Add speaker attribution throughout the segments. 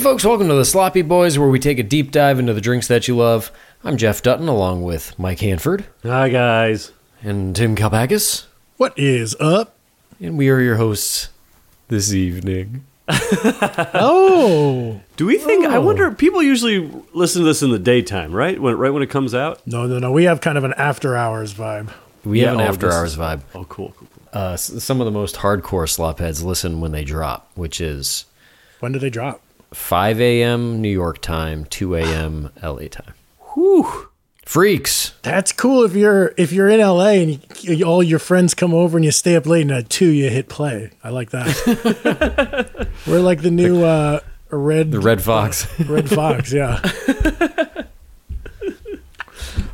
Speaker 1: folks, welcome to the Sloppy Boys, where we take a deep dive into the drinks that you love. I'm Jeff Dutton, along with Mike Hanford
Speaker 2: Hi, guys.
Speaker 1: and Tim Kalpakis,
Speaker 3: What is up?
Speaker 1: and we are your hosts this evening.
Speaker 3: Oh
Speaker 2: Do we think? I wonder. People usually listen to this in the daytime, right? When right when it comes out.
Speaker 3: no, no, no! We have kind of an after hours vibe.
Speaker 1: We have an
Speaker 2: oh,
Speaker 1: after
Speaker 2: this
Speaker 1: hours vibe.
Speaker 2: Oh, cool, cool, cool.
Speaker 1: Uh, s- some of the most hardcore slopheads listen when they drop, which is
Speaker 3: When do they drop?
Speaker 1: 5 a.m. New York time, 2 a.m. LA time. Freaks.
Speaker 3: That's cool if you're if you're in LA and you, all your friends come over and you stay up late and at two you hit play. I like that. We're like the new uh, red
Speaker 1: The Red Fox.
Speaker 3: red fox. Yeah,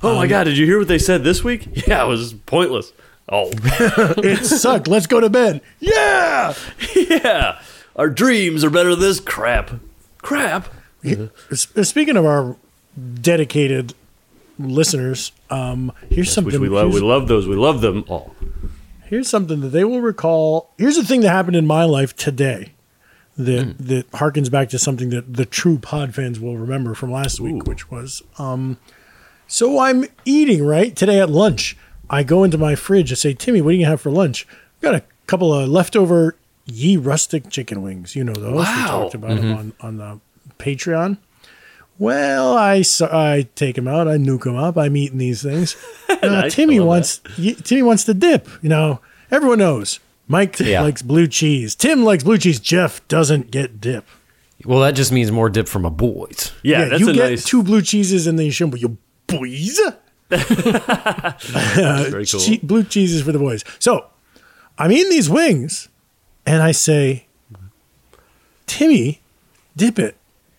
Speaker 2: Oh my God! Did you hear what they said this week? Yeah, it was pointless. Oh,
Speaker 3: it sucked. Let's go to bed.
Speaker 2: yeah, yeah. Our dreams are better than this crap. Crap.
Speaker 3: S- uh, Speaking of our dedicated listeners, um, here's something
Speaker 2: Which we love.
Speaker 3: here's-
Speaker 2: We love those. We love them all.
Speaker 3: Here's something that they will recall. Here's the thing that happened in my life today that
Speaker 2: Hmm.
Speaker 3: that harkens back to something that the true pod fans will remember from last week, which was um so I'm eating, right? Today at lunch, I go into my fridge and say, Timmy, what do you have for lunch? I've got a couple of leftover ye rustic chicken wings. You know those. We
Speaker 2: Wow. Mm-hmm.
Speaker 3: talked about them on, on the Patreon. Well, I, s- I take them out. I nuke them up. I'm eating these things. Now,
Speaker 2: Nice, I
Speaker 3: Timmy
Speaker 2: love
Speaker 3: wants y- Timmy wants the dip. You know, everyone knows. Mike
Speaker 1: Yeah.
Speaker 3: likes blue cheese. Tim likes blue cheese. Jeff doesn't get dip.
Speaker 1: well, that just means more dip from a boys.
Speaker 2: Yeah, that's
Speaker 3: you
Speaker 2: a
Speaker 3: get
Speaker 2: nice.
Speaker 3: two blue cheeses and then you shouldn't. But you boys,
Speaker 2: very cool.
Speaker 3: che- blue cheeses for the boys. So I'm eating these wings, and I say, Timmy, dip it.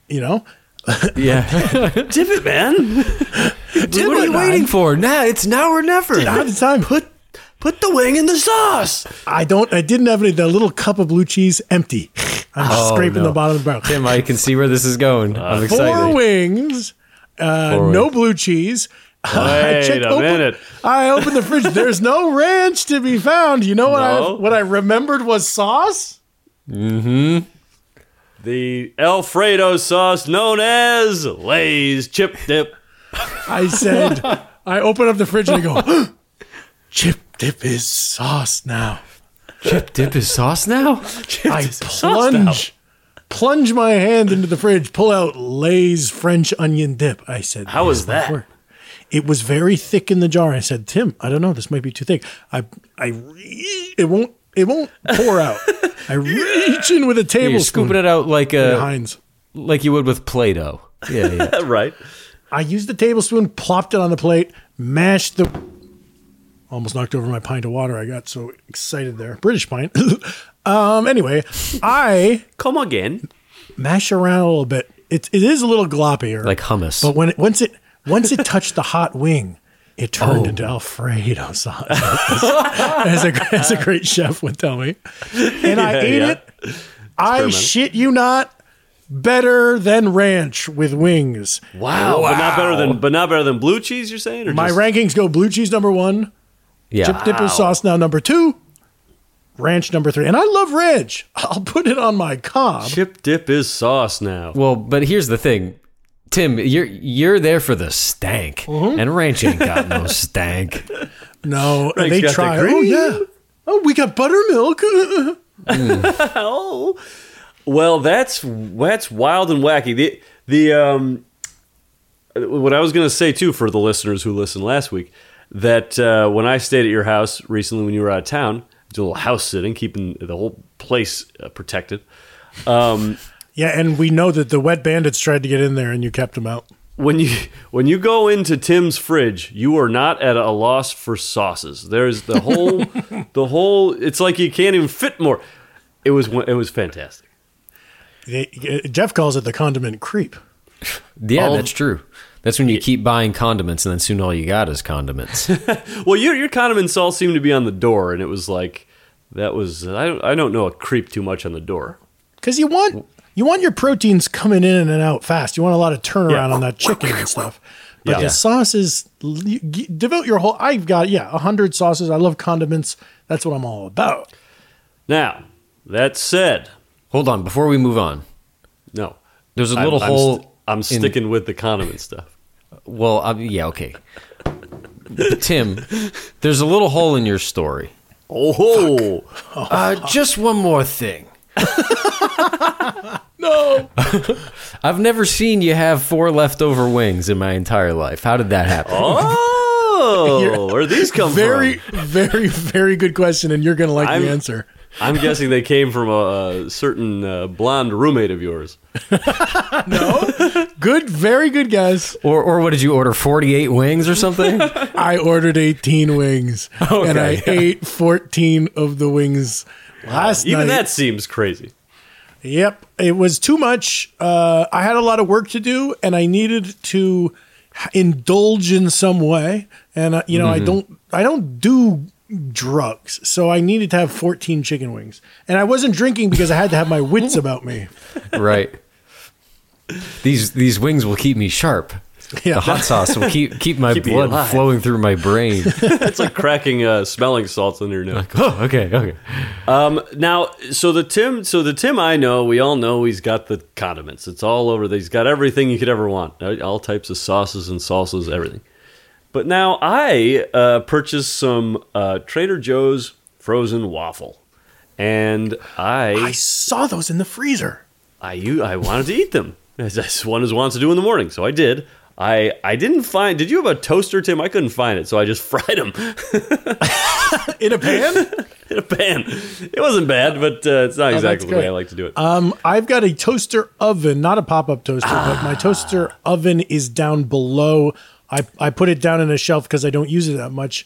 Speaker 3: You know,
Speaker 1: Yeah.
Speaker 2: Dip it, man.
Speaker 1: what are you waiting for? Now it's now or never.
Speaker 3: not the time. Put
Speaker 2: Put the wing in the sauce.
Speaker 3: I don't. I didn't have any. The little cup of blue cheese empty. I'm
Speaker 1: Oh,
Speaker 3: scraping
Speaker 1: no.
Speaker 3: the bottom of the barrel.
Speaker 1: Tim, I can see where this is going. I'm excited.
Speaker 3: four wings, uh,
Speaker 1: Four
Speaker 3: no
Speaker 1: wings.
Speaker 3: blue cheese.
Speaker 2: Wait a
Speaker 3: open,
Speaker 2: minute.
Speaker 3: I opened the fridge. There's no ranch to be found. You know what
Speaker 2: No.
Speaker 3: I what I remembered was sauce.
Speaker 2: The Alfredo sauce known as Lay's Chip Dip.
Speaker 3: I said. I open up the fridge and I go, chip dip is sauce now.
Speaker 1: Chip dip is sauce now?
Speaker 3: I
Speaker 2: sauce now.
Speaker 3: plunge, plunge my hand into the fridge, pull out Lay's French onion dip. I said,
Speaker 2: How
Speaker 3: "This
Speaker 2: was
Speaker 3: might
Speaker 2: that?"
Speaker 3: work." It was very thick in the jar. I said, Tim, I don't know. This might be too thick. I, I, re- it won't, it won't pour out. I reach in with a
Speaker 1: You're
Speaker 3: tablespoon.
Speaker 1: scooping it out like a,
Speaker 3: Heinz.
Speaker 1: like you would with Play-Doh. Yeah, yeah.
Speaker 2: right.
Speaker 3: I used the tablespoon, plopped it on the plate, mashed the. Almost knocked over my pint of water. I got so excited there. British pint. um. Anyway, I
Speaker 2: Come again.
Speaker 3: mash around a little bit. It, it is a little gloppier.
Speaker 1: like hummus.
Speaker 3: But when it once it once it touched the hot wing, it turned
Speaker 2: Oh.
Speaker 3: into Alfredo sauce, as, a, as a great chef would tell me. And I
Speaker 2: Yeah,
Speaker 3: ate
Speaker 2: yeah.
Speaker 3: it. I shit you not, better than ranch with wings.
Speaker 2: Wow. But not better than but not better than blue cheese, you're saying? Or
Speaker 3: My
Speaker 2: just,
Speaker 3: rankings go blue cheese number one,
Speaker 1: yeah.
Speaker 3: chip dipper sauce now number two, ranch number three, and I love ranch. I'll put it on my cob.
Speaker 2: chip dip is sauce now.
Speaker 1: Well, but here's the thing. Tim, you're you're there for the stank. And ranch ain't got no stank.
Speaker 3: No,
Speaker 2: Rank's
Speaker 3: and they
Speaker 2: got the
Speaker 3: try. Oh
Speaker 2: cream.
Speaker 3: yeah. Oh, we got buttermilk.
Speaker 2: Oh. Well, that's that's wild and wacky. The the um what I was going to say too for the listeners who listened last week that uh, when I stayed at your house recently when you were out of town, did a little house sitting, keeping the whole place uh, protected.
Speaker 3: Yeah, and we know that the wet bandits tried to get in there and you kept them out.
Speaker 2: when you when you go into Tim's fridge, you are not at a loss for sauces. There's the whole the whole. It's like you can't even fit more. It was it was fantastic.
Speaker 3: They- uh, Jeff calls it the condiment creep.
Speaker 1: Yeah,
Speaker 2: All-
Speaker 1: that's true. That's when you keep buying condiments and then soon all you got is condiments.
Speaker 2: Well, your your condiment salt seemed to be on the door, and it was like that was I don't I don't know a creep too much on the door.
Speaker 3: Because you want you want your proteins coming in and out fast. You want a lot of turnaround
Speaker 2: Yeah.
Speaker 3: on that chicken and stuff. But
Speaker 2: Yeah.
Speaker 3: the sauces you g- devote your whole. I've got yeah, a hundred sauces. I love condiments. That's what I'm all about.
Speaker 2: Now that said,
Speaker 1: Hold on, before we move on.
Speaker 2: no,
Speaker 1: There's a
Speaker 2: I'm-
Speaker 1: little
Speaker 2: I'm
Speaker 1: hole.
Speaker 2: st- I'm sticking with the condiment stuff.
Speaker 1: Well, um, yeah, okay. But Tim, there's a little hole in your story.
Speaker 2: Oh,
Speaker 1: Uh, just one more thing.
Speaker 3: No.
Speaker 1: I've never seen you have four leftover wings in my entire life. How did that happen?
Speaker 2: oh, where these come
Speaker 3: Very,
Speaker 2: from?
Speaker 3: very, very good question, and you're going to like
Speaker 2: I'm-
Speaker 3: the answer.
Speaker 2: I'm guessing they came from a, a certain uh, blonde roommate of yours.
Speaker 3: Good, very good guess.
Speaker 1: Or, or what did you order? Forty-eight wings or something?
Speaker 3: I ordered 18 wings, and I ate 14 of the wings last
Speaker 2: Even
Speaker 3: night.
Speaker 2: that seems crazy.
Speaker 3: Yep, it was too much. Uh, I had a lot of work to do, and I needed to h- indulge in some way. And uh, you know,
Speaker 1: Mm-hmm.
Speaker 3: I don't, I don't do drugs, so I needed to have 14 chicken wings, and I wasn't drinking because I had to have my wits about me.
Speaker 1: right. These these wings will keep me sharp.
Speaker 3: Yeah.
Speaker 1: The hot sauce will keep keep my
Speaker 2: Keep me
Speaker 1: blood
Speaker 2: alive.
Speaker 1: flowing through my brain.
Speaker 2: It's like cracking uh, smelling salts under your nose.
Speaker 1: oh, okay, okay.
Speaker 2: Um, now, so the Tim, so the Tim I know, we all know he's got the condiments. It's all over. He's got everything you could ever want, all all types of sauces and salsas, everything. But now I uh, purchased some uh, Trader Joe's frozen waffle, and
Speaker 3: I
Speaker 2: I
Speaker 3: saw those in the freezer.
Speaker 2: I u- I wanted to eat them as as one is wants to do in the morning. So I did. I I didn't find. Did you have a toaster, Tim? I couldn't find it, so I just fried them.
Speaker 3: In a pan?
Speaker 2: in a pan. It wasn't bad, but uh, it's not exactly the way
Speaker 3: good.
Speaker 2: I like to do it.
Speaker 3: um, I've got a toaster oven, not a pop up toaster, but my toaster oven is down below. I, I put it down in a shelf because I don't use it that much.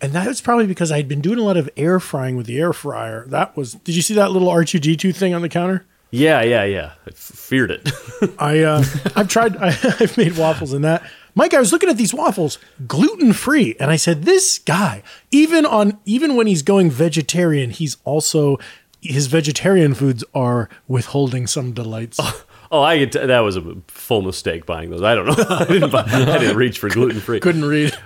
Speaker 3: And that was probably because I had been doing a lot of air frying with the air fryer. That was, did you see that little R2D2 thing on the counter?
Speaker 2: Yeah, yeah, yeah. I f- feared it.
Speaker 3: I uh, I've tried. I, I've made waffles in that. Mike, I was looking at these waffles, gluten free, and I said, "This guy, even on even when he's going vegetarian, he's also his vegetarian foods are withholding some delights."
Speaker 2: oh, I could t- that was a full mistake buying those. I don't know. I didn't, buy, I didn't reach for gluten free.
Speaker 3: Couldn't read.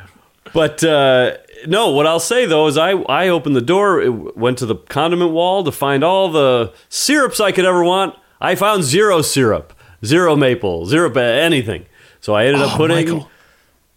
Speaker 2: But uh, no, what I'll say though is I I opened the door, it w- went to the condiment wall to find all the syrups I could ever want. I found zero syrup, zero maple, zero ba- anything. So I ended up
Speaker 3: Oh,
Speaker 2: putting
Speaker 3: Michael.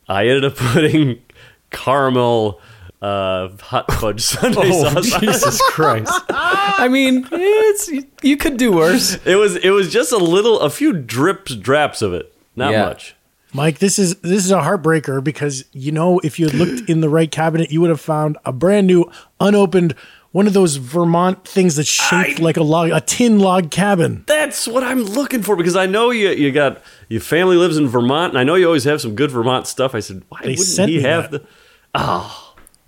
Speaker 2: I ended up putting caramel uh, hot fudge sundae
Speaker 1: Oh,
Speaker 2: sauce.
Speaker 1: Jesus Christ! I mean, it's you could do worse.
Speaker 2: It was it was just a little, a few drips, draps of it, not
Speaker 1: Yeah.
Speaker 2: much.
Speaker 3: Mike, this is this is a heartbreaker because you know if you had looked in the right cabinet, you would have found a brand new, unopened one of those Vermont things that's shaped like a log, a tin log cabin.
Speaker 2: That's what I'm looking for because I know you you got your family lives in Vermont and I know you always have some good Vermont stuff. I said, why wouldn't
Speaker 3: sent
Speaker 2: he
Speaker 3: me
Speaker 2: have
Speaker 3: that.
Speaker 2: the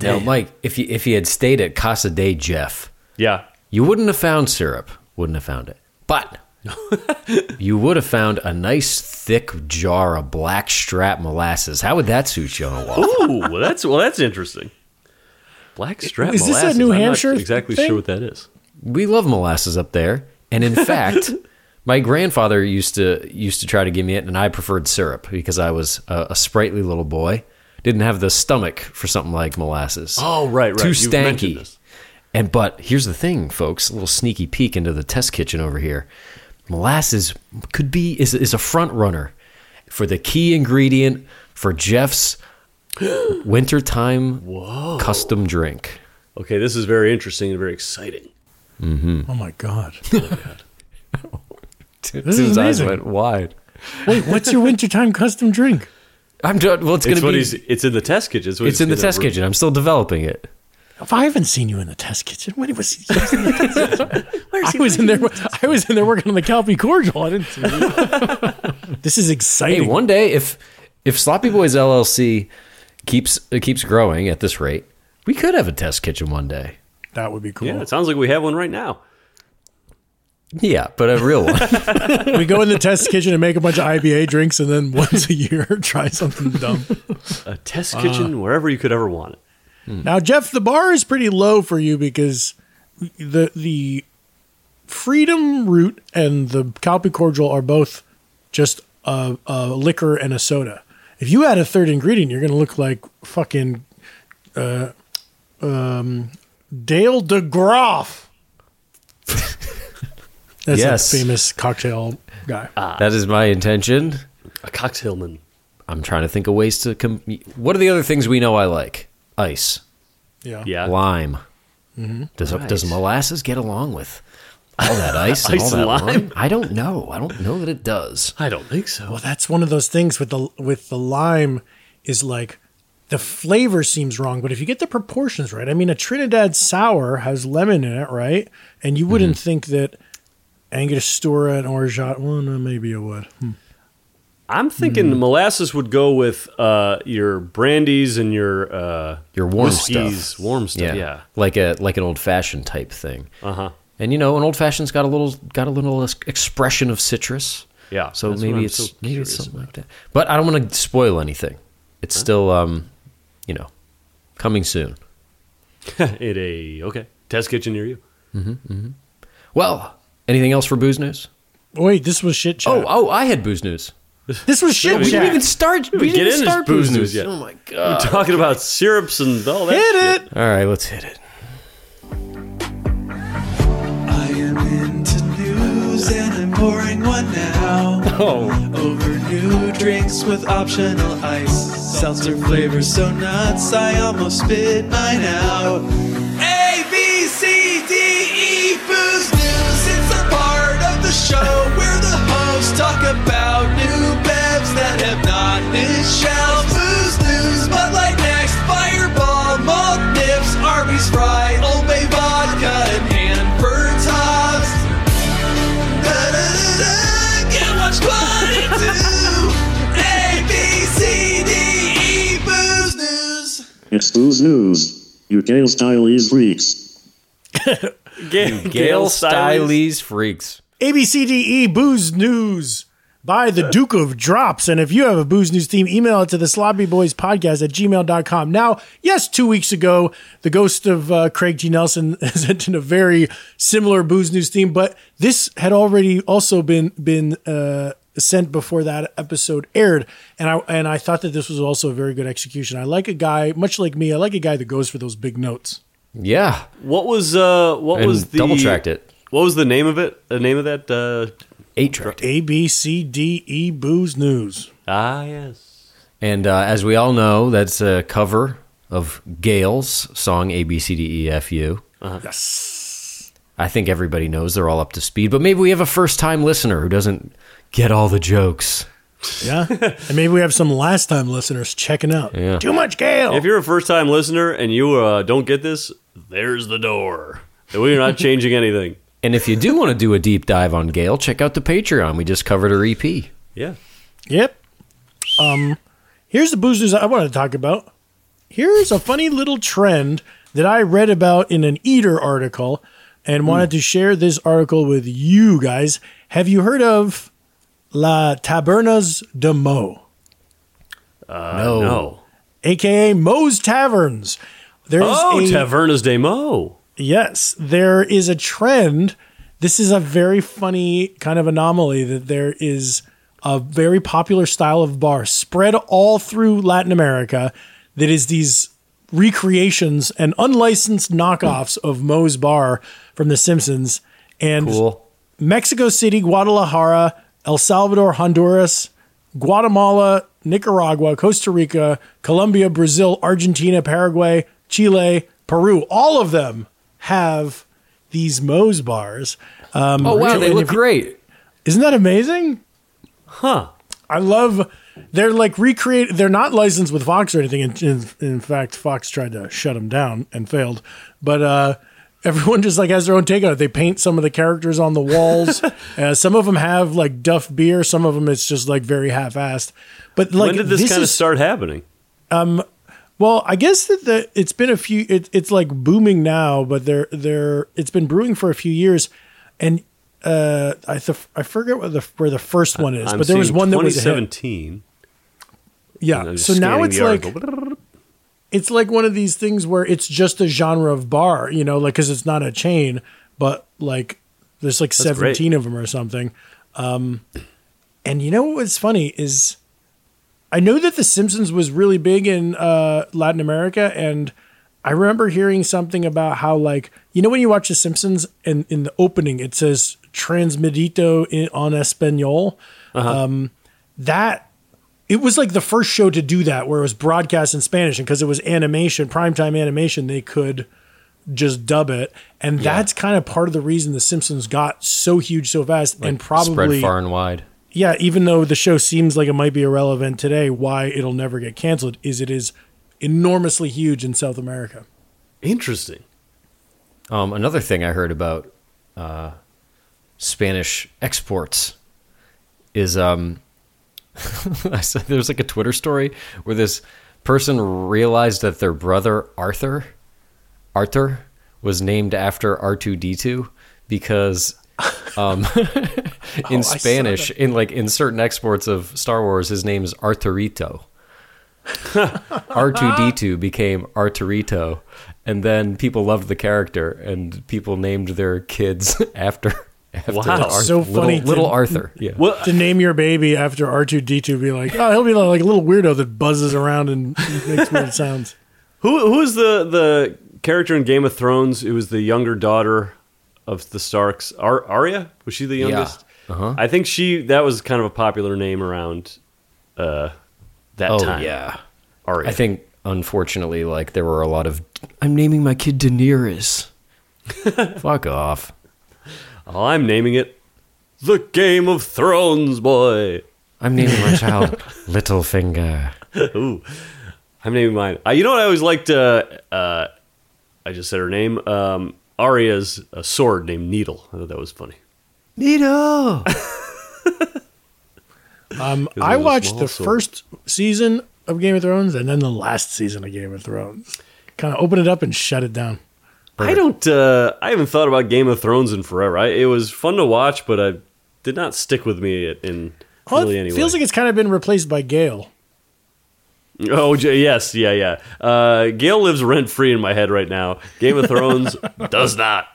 Speaker 1: Now, Mike, if you if you had stayed at Casa de Jeff,
Speaker 2: Yeah.
Speaker 1: you wouldn't have found syrup. Wouldn't have found it. But you would have found a nice thick jar of blackstrap molasses. How would that suit you on a wall?
Speaker 2: Ooh, well that's well that's interesting. Black strap.
Speaker 3: Is this a
Speaker 2: molasses.
Speaker 3: New
Speaker 2: I'm not
Speaker 3: Hampshire
Speaker 2: exactly
Speaker 3: thing?
Speaker 2: sure what that is.
Speaker 1: we love molasses up there, and in fact, my grandfather used to used to try to give me it, and I preferred syrup because I was a, a sprightly little boy, didn't have the stomach for something like molasses.
Speaker 2: Oh, right, right.
Speaker 1: too
Speaker 2: You've mentioned
Speaker 1: stanky.
Speaker 2: this.
Speaker 1: And but here's the thing, folks. A little sneaky peek into the test kitchen over here. Molasses could be is is a front runner for the key ingredient for Jeff's wintertime custom drink.
Speaker 2: Okay, this is very interesting and very exciting.
Speaker 3: Oh my god!
Speaker 1: Tim's
Speaker 3: is
Speaker 1: eyes
Speaker 3: amazing.
Speaker 1: went wide.
Speaker 3: Wait, what's your wintertime custom drink?
Speaker 1: I'm done. Well, it's
Speaker 2: It's
Speaker 1: gonna
Speaker 2: what
Speaker 1: be.
Speaker 2: he's it's in the test kitchen. what
Speaker 1: It's
Speaker 2: he's
Speaker 1: in the
Speaker 2: gonna
Speaker 1: test
Speaker 2: re-
Speaker 1: kitchen. I'm still developing it.
Speaker 3: If I haven't seen you in the test kitchen, when was he? he was in the test kitchen. I was in there. I was in there working on the Calpy cordial. I didn't see you. this is
Speaker 1: Hey,
Speaker 3: exciting.
Speaker 1: one day if if Sloppy Boys LLC keeps uh, keeps growing at this rate, we could have a test kitchen one day.
Speaker 3: that would be cool.
Speaker 2: Yeah, it sounds like we have one right now.
Speaker 1: Yeah, but a real one.
Speaker 3: we go in the test kitchen and make a bunch of IBA drinks, and then once a year try something dumb.
Speaker 2: A test kitchen wherever you could ever want it.
Speaker 3: Now, Jeff, the bar is pretty low for you because the the Freedom Root and the Calpy Cordial are both just a, a liquor and a soda. If you add a third ingredient, you're going to look like fucking uh, um, Dale DeGroff. That's
Speaker 1: Yes. Ah.
Speaker 3: a famous cocktail guy.
Speaker 1: That is my intention.
Speaker 2: A cocktailman.
Speaker 1: I'm trying to think of ways to. Com- what are the other things we know I like? Ice,
Speaker 3: yeah.
Speaker 2: Yeah.
Speaker 1: lime. Does does molasses get along with all that ice? and
Speaker 2: Ice
Speaker 1: all that
Speaker 2: and lime?
Speaker 1: lime? I don't know. I don't know that it does.
Speaker 2: I don't think so.
Speaker 3: Well, that's one of those things with the with the lime is like the flavor seems wrong, but if you get the proportions right, I mean, a Trinidad sour has lemon in it, right? And you wouldn't think that Angostura and Orgeat. Well, no, maybe you would. Hmm.
Speaker 2: I'm thinking
Speaker 1: Hmm.
Speaker 2: molasses would go with uh, your brandies and your uh,
Speaker 1: Your warm
Speaker 2: whiskeys,
Speaker 1: stuff.
Speaker 2: warm stuff. Yeah.
Speaker 1: like a like an old fashioned type thing.
Speaker 2: Uh huh.
Speaker 1: And you know, an old fashioned's got a little got a little es- expression of citrus.
Speaker 2: Yeah,
Speaker 1: So
Speaker 2: that's what I'm
Speaker 1: maybe it's
Speaker 2: so
Speaker 1: maybe it's
Speaker 2: curious
Speaker 1: something like that. But I don't want to spoil anything. It's still um, you know, coming soon.
Speaker 2: it a okay test kitchen near you.
Speaker 1: Well, anything else for booze news?
Speaker 3: Wait, this was shit chat.
Speaker 1: Oh, oh, I had booze news.
Speaker 3: this was
Speaker 1: Yeah,
Speaker 3: shit
Speaker 1: we
Speaker 3: chat.
Speaker 1: didn't even start. We
Speaker 2: Get
Speaker 1: didn't
Speaker 2: in this
Speaker 1: start
Speaker 2: booze
Speaker 1: booze
Speaker 2: news
Speaker 1: news.
Speaker 2: yet.
Speaker 1: Oh my
Speaker 2: We're
Speaker 1: god!
Speaker 2: talking about syrups and all that.
Speaker 3: Hit
Speaker 2: shit.
Speaker 3: it.
Speaker 1: All right, let's hit it.
Speaker 4: I am into news and I'm pouring one now.
Speaker 2: Oh,
Speaker 4: Over new drinks with optional ice. Seltzer flavors so nuts, I almost spit mine out. A, B, C, D, E, Booze News. It's a part of the show where the hosts talk about new bevs that have not hit shelves. Booze News, Bud Light Next, Fireball, Malt Nips, Arby's Fry, Old Bay Vodka, and Hanford Tops. Da-da-da-da, Can't watch Quality 2. A, B, C, D, E, Booze News.
Speaker 5: It's Booze News. UK style is freaks.
Speaker 2: Gail,
Speaker 1: Gail
Speaker 2: Gail Stiles.
Speaker 1: Styles freaks.
Speaker 3: A B C D E booze news by the Duke of Drops. And if you have a booze news theme, email it to the sloppy boys podcast at gmail.com. Now, yes, two weeks ago, the ghost of uh, Craig G. Nelson sent in a very similar booze news theme, but this had already also been been uh, sent before that episode aired. And I and I thought that this was also a very good execution. I like a guy, much like me, I like a guy that goes for those big notes.
Speaker 1: Yeah,
Speaker 2: What was uh? What
Speaker 1: and
Speaker 2: was the
Speaker 1: double tracked it.
Speaker 2: What was the name of it? The name of that? Uh,
Speaker 1: Eight tracked.
Speaker 3: A B C D E booze news.
Speaker 2: ah, yes.
Speaker 1: And uh, as we all know, that's a cover of Gail's song A B C D E F U.
Speaker 3: Yes.
Speaker 1: I think everybody knows they're all up to speed, but maybe we have a first time listener who doesn't get all the jokes.
Speaker 3: Yeah. and maybe we have some last time listeners checking out.
Speaker 1: Yeah.
Speaker 3: Too much Gale.
Speaker 2: If you're a first time listener and you uh, don't get this, there's the door. We're not changing anything.
Speaker 1: And if you do want to do a deep dive on Gail, check out the Patreon. We just covered her E EP.
Speaker 2: Yeah.
Speaker 3: yep. Um, here's the booze news I want to talk about. Here's a funny little trend that I read about in an Eater article and
Speaker 2: Hmm.
Speaker 3: wanted to share this article with you guys. Have you heard of La Tabernas de Mo?
Speaker 1: no.
Speaker 2: Uh, No.
Speaker 3: aka Moe's Taverns. There's
Speaker 2: Oh,
Speaker 3: a,
Speaker 2: Tavernas de Mo.
Speaker 3: Yes, there is a trend. This is a very funny kind of anomaly that there is a very popular style of bar spread all through Latin America that is these recreations and unlicensed knockoffs of Moe's Bar from The Simpsons and
Speaker 1: Cool.
Speaker 3: Mexico City, Guadalajara, El Salvador, Honduras, Guatemala, Nicaragua, Costa Rica, Colombia, Brazil, Argentina, Paraguay, Chile, Peru. All of them have these Moe's bars. Um,
Speaker 1: Oh, wow.
Speaker 3: and
Speaker 1: They look
Speaker 3: if you-
Speaker 1: great.
Speaker 3: Isn't that amazing?
Speaker 2: Huh.
Speaker 3: I love. They're like recreate. They're not licensed with Fox or anything. In, in, in fact, Fox tried to shut them down and failed. But uh, everyone just like has their own take on it. They paint some of the characters on the walls. uh, some of them have like Duff beer. Some of them it's just like very half-assed. But like
Speaker 2: when did this, kind
Speaker 3: is-
Speaker 2: of start happening?
Speaker 3: well, I guess that the it's been a few. It, it's like booming now, but they're they're it's been brewing for a few years, and uh, I th- I forget where the where the first one is,
Speaker 2: I'm
Speaker 3: but there was
Speaker 2: seeing
Speaker 3: one that was a hit.
Speaker 2: 2017.
Speaker 3: Yeah.
Speaker 2: I'm just
Speaker 3: So now
Speaker 2: scanning
Speaker 3: it's
Speaker 2: the
Speaker 3: like
Speaker 2: article.
Speaker 3: it's like one of these things where it's just a genre of bar, you know, like because it's not a chain, but like there's like
Speaker 2: great.
Speaker 3: 17 of them or something. Um, and you know what's funny is I know that The Simpsons was really big in uh, Latin America, and I remember hearing something about how like you know when you watch The Simpsons and in the opening it says Transmedito in, on Espanol. Um, that it was like the first show to do that, where it was broadcast in Spanish, and because it was animation, primetime animation, they could just dub it, and that's kind of part of the reason the Simpsons got so huge so fast,
Speaker 1: spread
Speaker 3: and probably
Speaker 1: far and wide.
Speaker 3: yeah, even though the show seems like it might be irrelevant today, why it'll never get canceled is it is enormously huge in South America.
Speaker 2: Interesting.
Speaker 1: Um, another thing I heard about uh, Spanish exports is um, I said there was like a Twitter story where this person realized that their brother Arthur Arthur was named after R two D two because um, in
Speaker 3: Oh, saw
Speaker 1: Spanish in like in certain exports of Star Wars his name is Arturito. R2D2 became Arturito, and then people loved the character, and people named their kids after. after
Speaker 2: Wow. That's
Speaker 3: so
Speaker 1: little,
Speaker 3: funny to-
Speaker 1: little Arthur. Yeah.
Speaker 2: Well,
Speaker 3: To name your baby after R2D2 be like, oh, he'll be like a little weirdo that buzzes around and makes weird sounds.
Speaker 2: who who is the the character in Game of Thrones? It was the younger daughter of the Starks. Ar- Arya was she the youngest?
Speaker 1: Uh-huh.
Speaker 2: I think she that was kind of a popular name around uh, that
Speaker 1: Oh
Speaker 2: time.
Speaker 1: yeah.
Speaker 2: Arya.
Speaker 1: I think unfortunately, like there were a lot of I'm naming my kid Daenerys. Fuck off.
Speaker 2: Oh, I'm naming it the Game of Thrones, boy.
Speaker 1: I'm naming my child Littlefinger.
Speaker 2: Ooh, I'm naming mine. Uh, you know what I always liked? Uh, uh, I just said her name. Um, Arya's a sword named Needle. I thought that was funny.
Speaker 1: Needle.
Speaker 3: Um,
Speaker 2: was
Speaker 3: I
Speaker 2: a
Speaker 3: watched
Speaker 2: small
Speaker 3: the
Speaker 2: sword.
Speaker 3: first season of Game of Thrones and then the last season of Game of Thrones. Kind of open it up and shut it down.
Speaker 2: I don't. Uh, I haven't thought about Game of Thrones in forever. I, it was fun to watch, but I did not stick with me in- in
Speaker 3: Well,
Speaker 2: really
Speaker 3: it
Speaker 2: any
Speaker 3: feels
Speaker 2: way.
Speaker 3: like it's kind of been replaced by Gale.
Speaker 2: oh j- yes, yeah, yeah. Uh, Gail lives rent free in my head right now. Game of Thrones does not.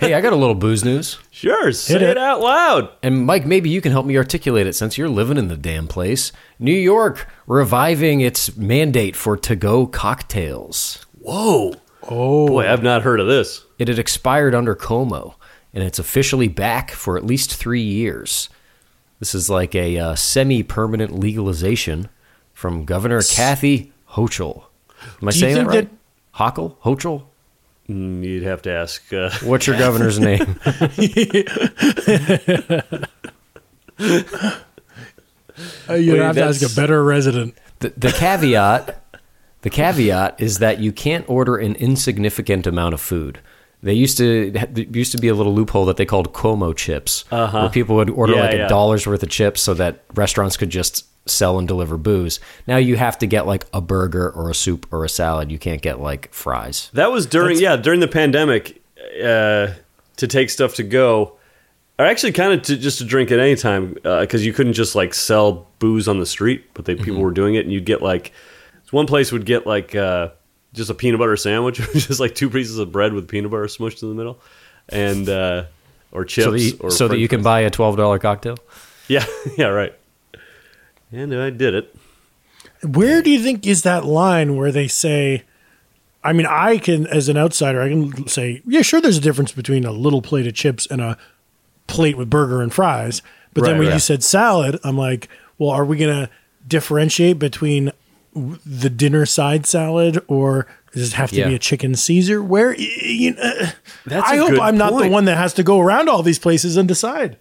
Speaker 1: hey, I got a little booze news.
Speaker 2: Sure, say it.
Speaker 3: it.
Speaker 2: out loud.
Speaker 1: And Mike, maybe you can help me articulate it since you're living in the damn place. New York reviving its mandate for to go cocktails.
Speaker 2: Whoa. Oh boy, I've not heard of this.
Speaker 1: It had expired under Como, and it's officially back for at least three years. This is like a uh, semi permanent legalization from Governor Kathy Hochul. Am I
Speaker 3: you
Speaker 1: saying that
Speaker 3: think
Speaker 1: right? Hochul? Hochul?
Speaker 2: Mm, You'd have to ask. Uh,
Speaker 1: What's your governor's name?
Speaker 3: Uh, you'd
Speaker 2: Wait,
Speaker 3: have to ask
Speaker 2: that's-
Speaker 3: a better resident.
Speaker 1: The, the caveat, the caveat is that you can't order an insignificant amount of food. They used to there used to be a little loophole that they called Como chips, where people would order
Speaker 2: Uh-huh. Yeah,
Speaker 1: like a
Speaker 2: yeah.
Speaker 1: dollar's worth of chips so that restaurants could just sell and deliver booze. Now you have to get like a burger or a soup or a salad. You can't get like fries.
Speaker 2: That was during yeah during the pandemic uh, to take stuff to go, or actually kind of to, just to drink at any time because you couldn't just like sell booze on the street, but they
Speaker 1: Mm-hmm.
Speaker 2: people were doing it, and you'd get like one place would get like uh, just a peanut butter sandwich, just like two pieces of bread with peanut butter smushed in the middle, and uh, or chips,
Speaker 1: So that you,
Speaker 2: or
Speaker 1: so that
Speaker 2: french
Speaker 1: you can buy a twelve dollar cocktail.
Speaker 2: fries. yeah yeah right, and I did it.
Speaker 3: Where do you think is that line where they say, I mean, I can, as an outsider, I can say, yeah, sure, there's a difference between a little plate of chips and a plate with burger and fries. But
Speaker 2: Right,
Speaker 3: then when
Speaker 2: right.
Speaker 3: you said salad, I'm like, well, are we going to differentiate between w- the dinner side salad or does it have to
Speaker 1: Yeah.
Speaker 3: be a chicken Caesar? Where, y- y- you know,
Speaker 2: That's
Speaker 3: I
Speaker 2: a
Speaker 3: hope
Speaker 2: good
Speaker 3: I'm not the
Speaker 2: point.
Speaker 3: one that has to go around all these places and decide.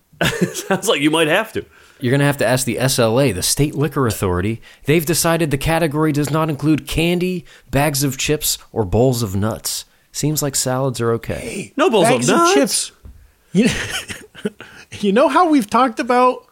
Speaker 2: Sounds like you might have to.
Speaker 1: You're going to have to ask the SLA, the State Liquor Authority. They've decided the category does not include candy, bags of chips, or bowls of nuts. Seems like salads are okay.
Speaker 2: No balls
Speaker 3: bags
Speaker 2: of nuts.
Speaker 3: of chips. You, you know how we've talked about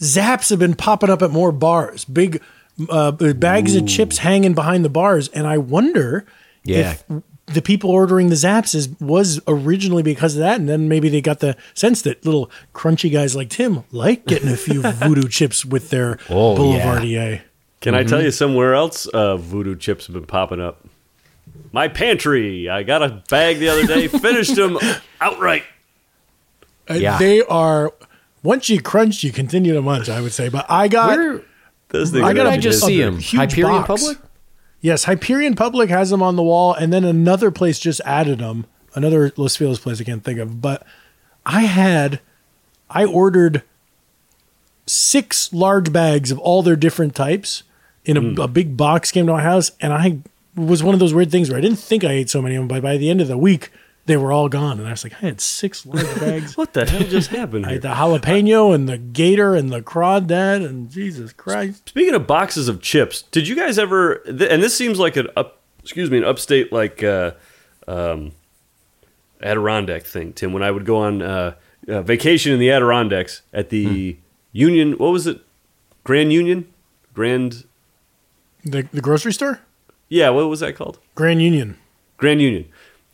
Speaker 3: Zaps have been popping up at more bars, big uh, bags of chips hanging behind the bars, and I wonder
Speaker 1: Yeah.
Speaker 3: if the people ordering the Zaps is was originally because of that, and then maybe they got the sense that little crunchy guys like Tim like getting a few voodoo chips with their
Speaker 1: Oh,
Speaker 3: Boulevardier.
Speaker 2: Can I tell you somewhere else uh, voodoo chips have been popping up? My pantry. I got a bag the other day, finished them outright.
Speaker 3: Uh,
Speaker 1: Yeah.
Speaker 3: They are once you crunch, you continue to munch. I would say, but I got.
Speaker 1: Where
Speaker 2: Those things
Speaker 3: I
Speaker 2: are
Speaker 1: did
Speaker 3: gotta
Speaker 1: I
Speaker 2: delicious.
Speaker 1: just
Speaker 3: a
Speaker 1: see him?
Speaker 3: huge
Speaker 1: Hyperion
Speaker 3: box.
Speaker 1: Public?
Speaker 3: Yes, Hyperion Public has them on the wall, and then another place just added them. another Los Feliz place I can't think of, but I had I ordered six large bags of all their different types in a, a big box came to my house, and I it was one of those weird things where I didn't think I ate so many of them, but by the end of the week they were all gone, and I was like, I had six large bags.
Speaker 2: What the hell just happened
Speaker 3: I
Speaker 2: here?
Speaker 3: had the jalapeno and the gator and the crawdad and Jesus Christ.
Speaker 2: Speaking of boxes of chips, did you guys ever? Th- and this seems like an up, excuse me, an upstate like uh, um, Adirondack thing, Tim. When I would go on uh, uh, vacation in the Adirondacks at the Union, what was it? Grand Union, Grand.
Speaker 3: The, the grocery store?
Speaker 2: Yeah, what was that called?
Speaker 3: Grand Union.
Speaker 2: Grand Union.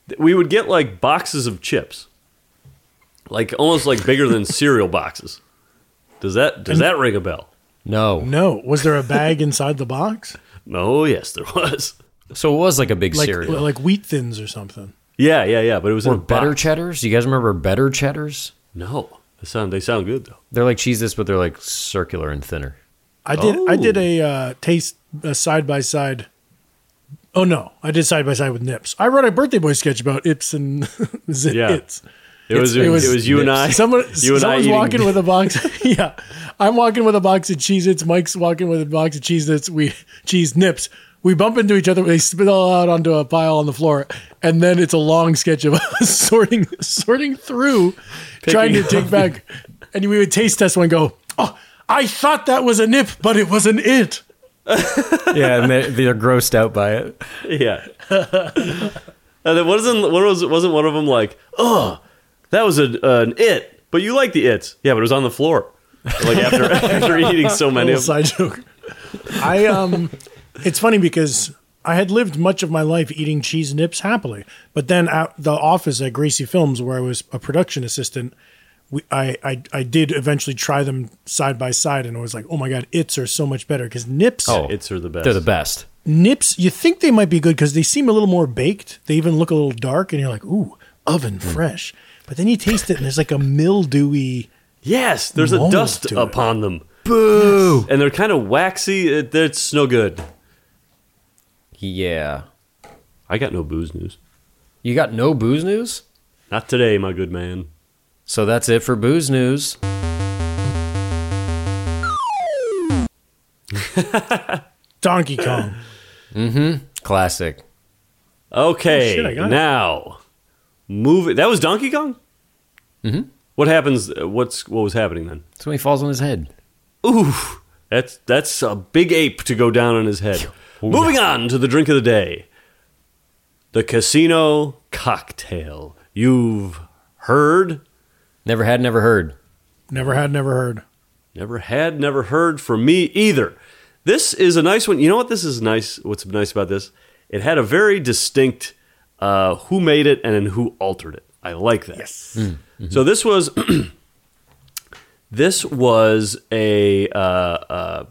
Speaker 2: Th- We would get like boxes of chips, like almost like bigger than cereal boxes. Does that does that ring a bell?
Speaker 1: No.
Speaker 3: No. Was there a bag inside the box?
Speaker 2: Oh yes, there was.
Speaker 1: So it was like a big
Speaker 3: Like
Speaker 1: cereal.
Speaker 3: like wheat thins or something.
Speaker 2: Yeah, yeah, yeah. But it was in
Speaker 1: or
Speaker 2: a
Speaker 1: better
Speaker 2: box.
Speaker 1: cheddars? You guys remember better cheddars?
Speaker 2: No, they sound they sound good though.
Speaker 1: They're like cheeses, but they're like circular and thinner.
Speaker 3: I did I did
Speaker 2: Oh.
Speaker 3: a uh, taste a side by side. Oh no, I did side by side with Nips. I wrote a birthday boy sketch about Ips and Zip
Speaker 2: Yeah.
Speaker 3: Its.
Speaker 2: It was it was, you and I.
Speaker 3: Someone
Speaker 2: you and I
Speaker 3: someone's
Speaker 2: eating-
Speaker 3: walking with a box. yeah, I'm walking with a box of Cheez Its. Mike's walking with a box of Cheez Its. We cheese nips. We bump into each other. They spill out onto a pile on the floor, and then it's a long sketch of us sorting sorting through, trying to take back. And we would taste test one. and Go. Oh, I thought that was a nip, but it was an it.
Speaker 1: yeah, and they're, they're grossed out by it.
Speaker 2: Yeah. and then wasn't one was wasn't one of them like, oh, that was a, an it, but you like the its, yeah, but it was on the floor. Like after after eating so many
Speaker 3: little
Speaker 2: of them.
Speaker 3: side joke. I um, it's funny because I had lived much of my life eating cheese nips happily, but then at the office at Gracie Films, where I was a production assistant, we I I, I did eventually try them side by side, and I was like, oh my god, its are so much better because nips
Speaker 1: Oh,
Speaker 2: Its are the best.
Speaker 1: They're the best.
Speaker 3: nips you think they might be good because they seem a little more baked. They even look a little dark, and you're like, ooh, oven fresh. But then you taste it, and there's like a mildewy.
Speaker 2: Yes, there's a
Speaker 3: Mold
Speaker 2: dust
Speaker 3: to it.
Speaker 2: upon them. Boo! And they're kind of waxy. It, it's no good.
Speaker 1: Yeah.
Speaker 2: I got no booze news.
Speaker 1: You got no booze news?
Speaker 2: Not today, my good man.
Speaker 1: So that's it for booze news.
Speaker 3: Donkey Kong.
Speaker 1: Classic.
Speaker 2: Okay,
Speaker 3: Oh, shit, I got it.
Speaker 2: now move it. That was Donkey Kong. Mm-hmm. What happens? uh, What's what was happening then?
Speaker 1: Somebody falls on his head.
Speaker 2: Oof, that's that's a big ape to go down on his head.
Speaker 3: oh,
Speaker 2: Moving on to the drink of the day, the casino cocktail. You've heard,
Speaker 1: Never had, never heard.
Speaker 3: Never had, never heard.
Speaker 2: never had, never heard from me either. This is a nice one. You know what? This is nice. What's nice about this? It had a very distinct uh, who made it and then who altered it. I like that. Yes. So this was this was a, uh, uh,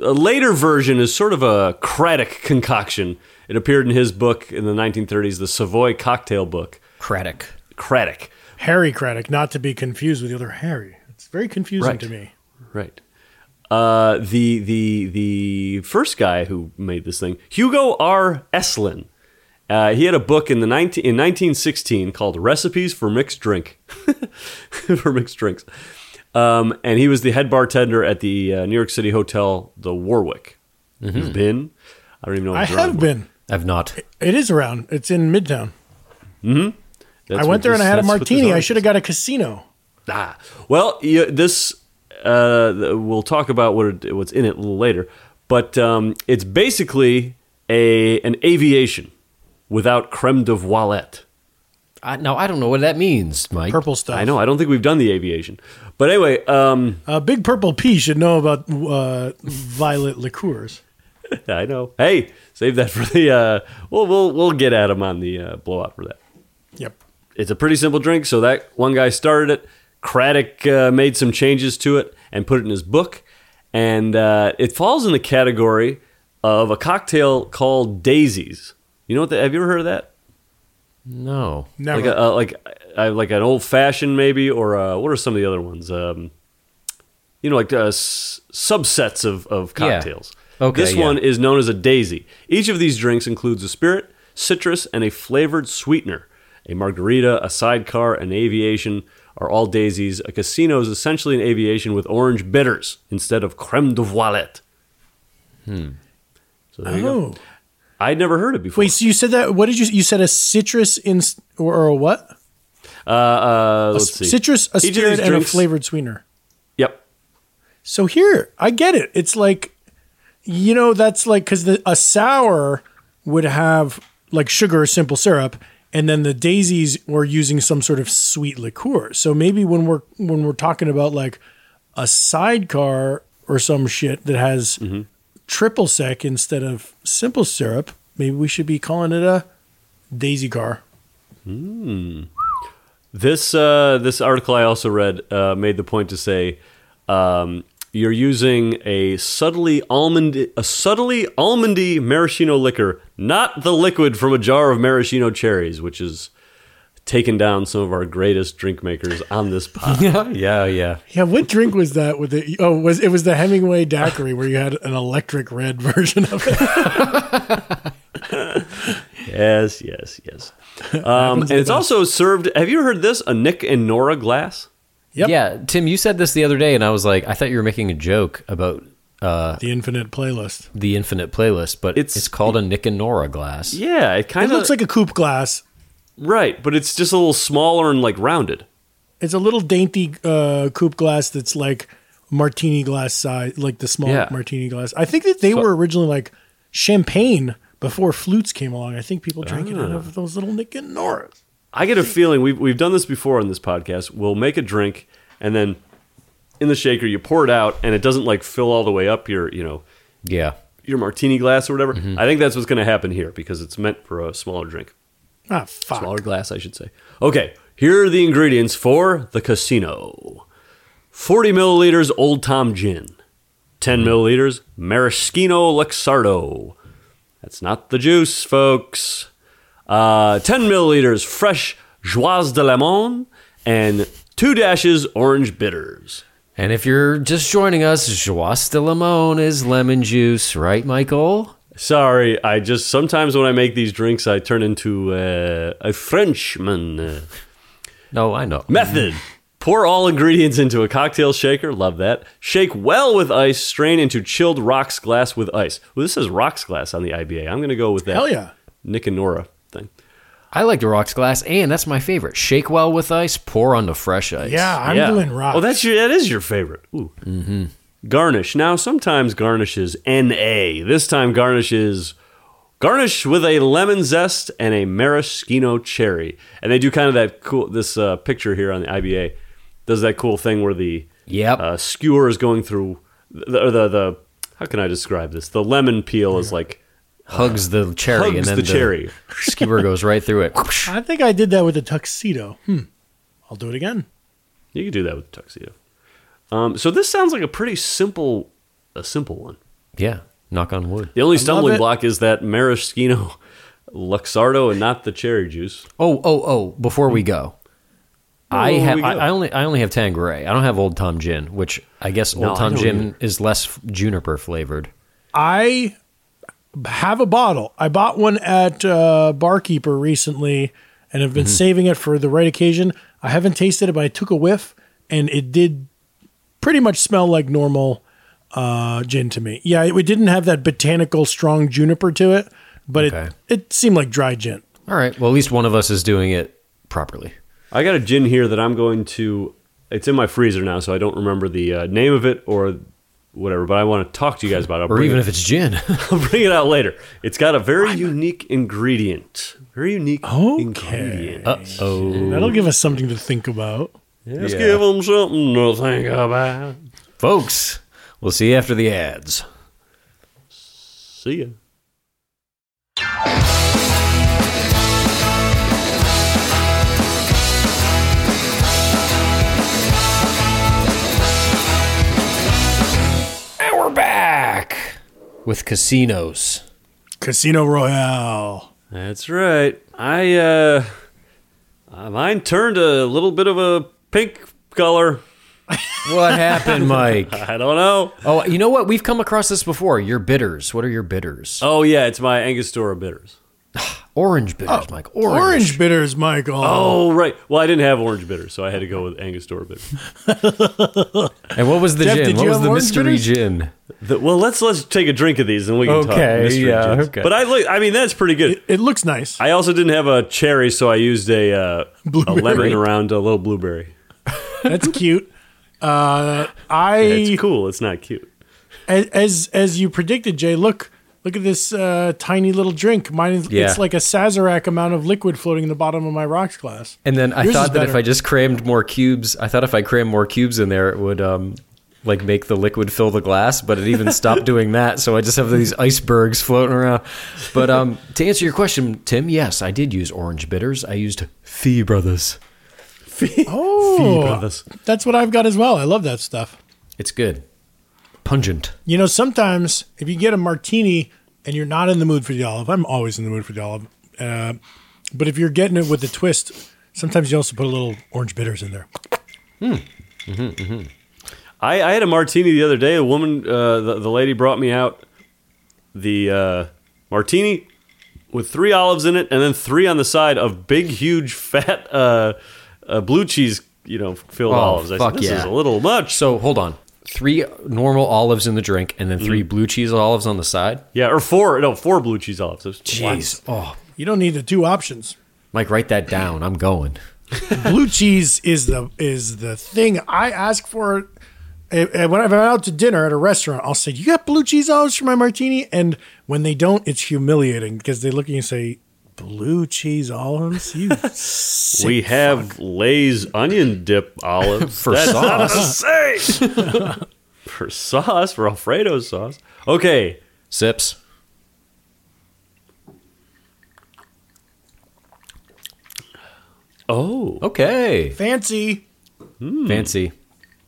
Speaker 2: a later version is sort of a Craddock concoction. It appeared in his book in the 1930s, the Savoy Cocktail Book.
Speaker 1: Craddock.
Speaker 2: Craddock,
Speaker 3: Harry Craddock, not to be confused with the other Harry. It's very confusing
Speaker 2: Right.
Speaker 3: to me.
Speaker 2: right? Uh, the the the first guy who made this thing, Hugo R. Eslin. Uh, he had a book in the 19, in 1916 called Recipes for Mixed Drink, for mixed drinks, um, and he was the head bartender at the uh, New York City hotel, the Warwick. You've been? I don't even know. if
Speaker 3: I
Speaker 2: it's around
Speaker 3: have
Speaker 2: Warwick.
Speaker 3: been.
Speaker 1: I've not.
Speaker 3: It is around. It's in Midtown.
Speaker 2: That's
Speaker 3: I
Speaker 2: what
Speaker 3: went there and
Speaker 2: this-
Speaker 3: I had a
Speaker 2: that's what this
Speaker 3: martini. I
Speaker 2: artist-
Speaker 3: should have got a casino.
Speaker 2: Ah, well, yeah, this uh, th- we'll talk about what it, what's in it a little later, but um, it's basically a an aviation without creme de voilette.
Speaker 1: I, now, I don't know what that means, Mike.
Speaker 3: Purple stuff.
Speaker 2: I know I don't think we've done the aviation, but anyway, um,
Speaker 3: Uh, Big Purple P should know about uh, violet liqueurs.
Speaker 2: I know. Hey, save that for the. Uh, we'll we'll we'll get at him on the uh, blowout for that.
Speaker 3: Yep.
Speaker 2: it's a pretty simple drink. So that one guy started it. Craddock uh, made some changes to it and put it in his book, and uh, it falls in the category of a cocktail called Daisies. You know what? The, have you ever heard of that?
Speaker 1: No.
Speaker 3: Never. Oh.
Speaker 2: Like a, uh, like uh, like an old fashioned maybe, or uh, what are some of the other ones? Um, you know, like uh, s- subsets of of
Speaker 1: Yeah.
Speaker 2: cocktails.
Speaker 1: Okay,
Speaker 2: this
Speaker 1: yeah.
Speaker 2: one is known as a daisy. Each of these drinks includes a spirit, citrus, and a flavored sweetener. a margarita, a sidecar, an aviation are all daisies. A casino is essentially an aviation with orange bitters instead of creme de voilette. Hmm. So there you go.
Speaker 3: Oh.
Speaker 2: I'd never heard it before.
Speaker 3: Wait, so you said that? What did you? You said a citrus in or, or a what?
Speaker 2: uh, uh, let's see.
Speaker 3: Citrus, a
Speaker 2: Each of
Speaker 3: spirit,
Speaker 2: these
Speaker 3: and a
Speaker 2: drinks-
Speaker 3: flavored sweetener.
Speaker 2: Yep.
Speaker 3: So here, I get it. It's like, you know, that's like because a sour would have like sugar or simple syrup, and then the daisies were using some sort of sweet liqueur. So maybe when we're when we're talking about like a sidecar or some shit that has triple sec instead of simple syrup, maybe we should be calling it a daisy car.
Speaker 2: This uh, this article I also read uh, made the point to say um, you're using a subtly almond a subtly almondy maraschino liquor, not the liquid from a jar of maraschino cherries, which is taken down some of our greatest drink makers on this pod.
Speaker 1: yeah, yeah.
Speaker 3: Yeah, what drink was that? With the oh, was it was the Hemingway daiquiri where you had an electric red version of it?
Speaker 2: yes, yes, yes. Um, and it's also served. Have you heard this? A Nick and Nora glass.
Speaker 3: Yep.
Speaker 1: Yeah, Tim, you said this the other day, and I was like, I thought you were making a joke about uh,
Speaker 3: The infinite playlist.
Speaker 1: the infinite playlist, but
Speaker 2: It's-
Speaker 1: it's, called a Nick and Nora glass.
Speaker 2: Yeah, it
Speaker 3: It
Speaker 2: kind of
Speaker 3: looks like a coupe glass.
Speaker 2: right, but it's just a little smaller and like rounded.
Speaker 3: It's a little dainty uh, coupe glass that's like martini glass size, like the small
Speaker 2: Yeah.
Speaker 3: martini glass. I think that they were originally like champagne before flutes came along. I think people drank it
Speaker 2: Ah.
Speaker 3: out of those little Nick and Norris.
Speaker 2: I get a feeling we've we've done this before on this podcast. We'll make a drink and then in the shaker you pour it out and it doesn't like fill all the way up your you know
Speaker 1: Yeah.
Speaker 2: your martini glass or whatever. I think that's what's going to happen here because it's meant for a smaller drink,
Speaker 3: Ah, fuck.
Speaker 2: smaller glass, I should say. Okay, here are the ingredients for the casino: forty milliliters Old Tom Gin, 10 milliliters Maraschino Luxardo. That's not the juice, folks. Uh, 10 milliliters fresh Joise de Lemon and two dashes orange bitters.
Speaker 1: And if you're just joining us, Joas de Limon is lemon juice, right, Michael?
Speaker 2: Sorry, I just sometimes when I make these drinks, I turn into uh, a Frenchman. Uh,
Speaker 1: No, I know.
Speaker 2: Method. Pour all ingredients into a cocktail shaker. Love that. Shake well with ice. Strain into chilled rocks glass with ice. Well, this is rocks glass on the IBA. I'm going to go with that.
Speaker 3: Hell yeah.
Speaker 2: Nick and Nora thing.
Speaker 1: I like the rocks glass, and that's my favorite. Shake well with ice, pour onto fresh ice.
Speaker 3: Yeah, I'm
Speaker 2: yeah.
Speaker 3: doing rock.
Speaker 2: Oh, that's your. That is your favorite. Ooh. Mm-hmm. Garnish. Now, sometimes garnish is N.A. This time, garnish is garnish with a lemon zest and a maraschino cherry. And they do kind of that cool. This uh, picture here on the IBA does that cool thing where the
Speaker 1: Yep.
Speaker 2: uh, skewer is going through the, or the the how can I describe this? The lemon peel is like
Speaker 1: Hugs the cherry,
Speaker 2: hugs
Speaker 1: and then
Speaker 2: the, cherry.
Speaker 1: skewer goes right through it.
Speaker 3: I think I did that with a tuxedo. Hmm. I'll do it again.
Speaker 2: You could do that with a tuxedo. Um, so this sounds like a pretty simple a simple one.
Speaker 1: yeah, knock on wood.
Speaker 2: The only stumbling
Speaker 3: it.
Speaker 2: block is that maraschino Luxardo and not the cherry juice.
Speaker 1: Oh, oh, oh! Before we go, I
Speaker 2: before
Speaker 1: have
Speaker 2: we
Speaker 1: I,
Speaker 2: go.
Speaker 1: I only I only have Tanqueray. I don't have Old Tom Gin, which I guess Old
Speaker 2: No, I
Speaker 1: Tom
Speaker 2: don't
Speaker 1: Gin
Speaker 2: either.
Speaker 1: is less f- juniper flavored.
Speaker 3: I have a bottle. I bought one at uh, Barkeeper recently and have been saving it for the right occasion. I haven't tasted it, but I took a whiff and it did pretty much smell like normal uh, gin to me. Yeah, it, it didn't have that botanical strong juniper to it, but
Speaker 1: Okay.
Speaker 3: it, it seemed like dry gin.
Speaker 1: All right. Well, at least one of us is doing it properly.
Speaker 2: I got a gin here that I'm going to. It's in my freezer now, so I don't remember the uh, name of it or whatever. But I want to talk to you guys about it. I'll
Speaker 1: Or
Speaker 2: bring
Speaker 1: even
Speaker 2: it-
Speaker 1: if it's gin.
Speaker 2: I'll bring it out later. It's got a very unique ingredient. Very unique
Speaker 3: Okay.
Speaker 2: ingredient.
Speaker 1: oh,
Speaker 3: That'll give us something to think about.
Speaker 2: Let's give them something to think about.
Speaker 1: folks, we'll see you after the ads.
Speaker 2: See ya.
Speaker 1: And we're back with casinos.
Speaker 3: Casino Royale.
Speaker 2: That's right. I uh, uh, mine turned a little bit of a pink color.
Speaker 1: What happened, Mike?
Speaker 2: I don't know.
Speaker 1: Oh, you know what?
Speaker 2: Uh,
Speaker 1: We've come across this before. Your bitters. What are your bitters?
Speaker 2: Oh yeah, it's my Angostura bitters.
Speaker 1: Orange bitters, Mike. Orange.
Speaker 3: Orange bitters, Michael.
Speaker 2: Oh right. Well, I didn't have orange bitter, so I had to go with Angostura bitter.
Speaker 1: And what was the
Speaker 3: Jeff,
Speaker 1: gin?
Speaker 3: did
Speaker 1: What
Speaker 3: you
Speaker 1: was
Speaker 3: have
Speaker 1: the
Speaker 3: orange
Speaker 1: mystery
Speaker 3: bitters?
Speaker 1: gin?
Speaker 2: The- well, let's let's take a drink of these and we can talk.
Speaker 1: Okay,
Speaker 2: mystery
Speaker 1: yeah,
Speaker 2: gins.
Speaker 1: okay.
Speaker 2: But I like. I mean, that's pretty good.
Speaker 3: It looks nice.
Speaker 2: I also didn't have a cherry, so I used a, uh, a
Speaker 3: Blueberry.
Speaker 2: lemon around a little blueberry.
Speaker 3: That's cute. Uh,
Speaker 2: It's
Speaker 3: I
Speaker 2: cool. It's not cute.
Speaker 3: as, as as you predicted, Jay. Look, look at this uh, tiny little drink. Mine is
Speaker 1: Yeah.
Speaker 3: it's like a Sazerac amount of liquid floating in the bottom of my rocks glass.
Speaker 1: And then I
Speaker 3: Yours is
Speaker 1: thought that if
Speaker 3: better.
Speaker 1: I just crammed more cubes, I thought if I crammed more cubes in there, it would um, like make the liquid fill the glass. But it even stopped doing that, so I just have these icebergs floating around. But um, to answer your question, Tim, yes, I did use orange bitters. I used Fee Brothers.
Speaker 3: Oh,
Speaker 2: Brothers.
Speaker 3: that's what I've got as well. I love that stuff.
Speaker 1: It's good, pungent.
Speaker 3: You know, sometimes if you get a martini and you're not in the mood for the olive, I'm always in the mood for the olive. Uh, but if you're getting it with a twist, sometimes you also put a little orange bitters in there.
Speaker 2: I, I had a martini the other day. A woman, uh, the, the lady brought me out the uh, martini with three olives in it, and then three on the side of big, huge, fat uh, uh, blue cheese, you know, filled
Speaker 1: Oh,
Speaker 2: olives. I
Speaker 1: fuck
Speaker 2: said, this
Speaker 1: yeah.
Speaker 2: is a little much.
Speaker 1: So hold on, three normal olives in the drink, and then
Speaker 3: Mm.
Speaker 1: three blue cheese olives on the side.
Speaker 2: yeah, or four, no, four blue cheese olives. It was-
Speaker 1: Jeez, oh,
Speaker 3: You don't need the two options.
Speaker 1: Mike, write that down. I'm going.
Speaker 3: blue cheese is the is the thing I ask for. eh, eh, When I'm out to dinner at a restaurant, I'll say, "You got blue cheese olives for my martini?" And when they don't, it's humiliating because they look at you and say, "Blue cheese olives? You sick
Speaker 2: We have Lay's onion dip olives
Speaker 1: For
Speaker 2: That's
Speaker 1: sauce.
Speaker 2: not the same. for sauce, for Alfredo sauce. Okay,
Speaker 1: Sips.
Speaker 2: Oh,
Speaker 1: Okay.
Speaker 3: fancy." Hmm.
Speaker 1: Fancy.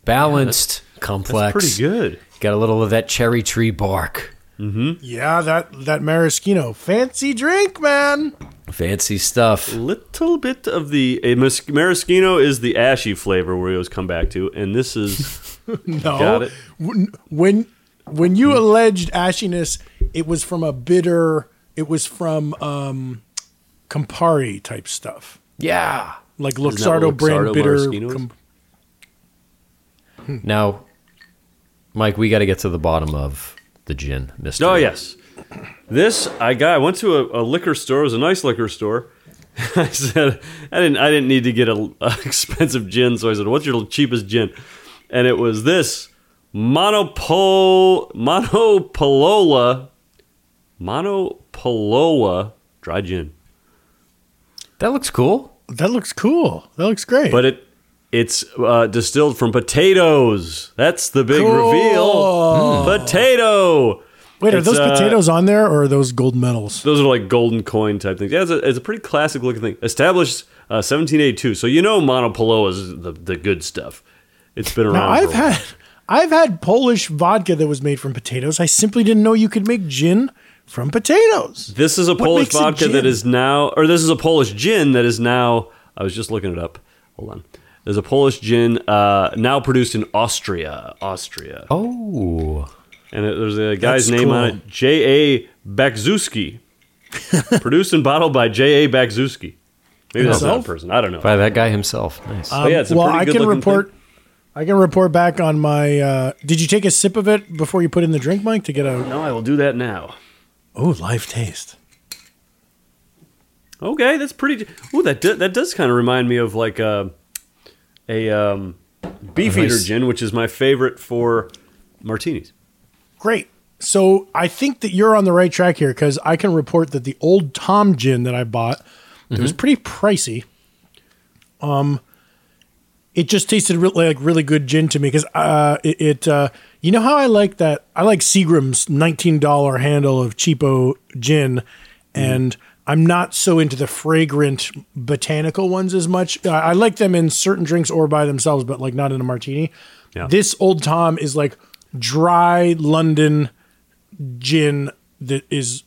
Speaker 1: Balanced. complex.
Speaker 2: pretty good.
Speaker 1: Got a little of that cherry tree bark.
Speaker 3: Yeah, that that maraschino fancy drink, man.
Speaker 1: Fancy stuff.
Speaker 2: Little bit of the a mas- maraschino is the ashy flavor we always come back to, and this is
Speaker 3: No,
Speaker 2: Got it.
Speaker 3: When when, when you alleged ashiness, it was from a bitter. It was from um, Campari type stuff.
Speaker 1: Yeah.
Speaker 3: like
Speaker 2: that what
Speaker 3: Luxardo brand
Speaker 2: Luxardo
Speaker 3: bitter.
Speaker 2: maraschino is?
Speaker 3: com-
Speaker 1: Now, Mike, we got to get to the bottom of the gin mystery.
Speaker 2: oh yes, this I got. I went to a, a liquor store. It was a nice liquor store. I said I didn't I didn't need to get a, a expensive gin, so I said, "What's your cheapest gin?" And it was this Monopol Monopolola Monopolola dry gin.
Speaker 1: That looks cool.
Speaker 3: that looks cool. That looks great.
Speaker 2: but it it's uh, distilled from potatoes. That's the big reveal. Potato.
Speaker 3: wait, are
Speaker 2: it's,
Speaker 3: those
Speaker 2: uh,
Speaker 3: potatoes on there or are those gold medals?
Speaker 2: Those are like golden coin type things. Yeah, it's a, it's a pretty classic looking thing. Established uh, 1782. So you know Monopolo is the, the good stuff. It's been around.
Speaker 3: Now
Speaker 2: for a
Speaker 3: I've
Speaker 2: while.
Speaker 3: had I've had Polish vodka that was made from potatoes. I simply didn't know you could make gin from potatoes.
Speaker 2: This is a Polish
Speaker 3: makes a
Speaker 2: vodka that
Speaker 3: gin?
Speaker 2: is now, or this is a Polish gin that is now. I was just looking it up. Hold on. There's a Polish gin uh, now produced in Austria. Austria.
Speaker 1: Oh.
Speaker 2: and it, there's a guy's
Speaker 3: That's
Speaker 2: name
Speaker 3: cool.
Speaker 2: on it, J.A. Bakzuski. Produced and bottled by J.A. Bakzuski. Maybe that's not a
Speaker 3: Himself?
Speaker 2: person. I don't know.
Speaker 1: By that guy himself. Nice.
Speaker 2: But yeah, it's a
Speaker 3: Um, well,
Speaker 2: pretty
Speaker 3: I can
Speaker 2: good-looking
Speaker 3: report.
Speaker 2: thing.
Speaker 3: I can report back on my. Uh, did you take a sip of it before you put in the drink, Mike, to get a
Speaker 2: No, I will do that now.
Speaker 3: oh live taste?
Speaker 2: Okay, that's pretty. Ooh, that do, that does kind of remind me of like a a um, beefeater
Speaker 1: nice-
Speaker 2: gin, which is my favorite for martinis.
Speaker 3: Great. So I think that you're on the right track here because I can report that the old Tom gin that I bought, it
Speaker 2: Mm-hmm.
Speaker 3: was pretty pricey. Um, it just tasted really, like really good gin to me because uh, it, it uh, you know how I like that I like Seagram's nineteen dollar handle of cheapo gin, and I'm not so into the fragrant botanical ones as much. I, I like them in certain drinks or by themselves, but like not in a martini.
Speaker 2: Yeah.
Speaker 3: This old Tom is like dry London gin that is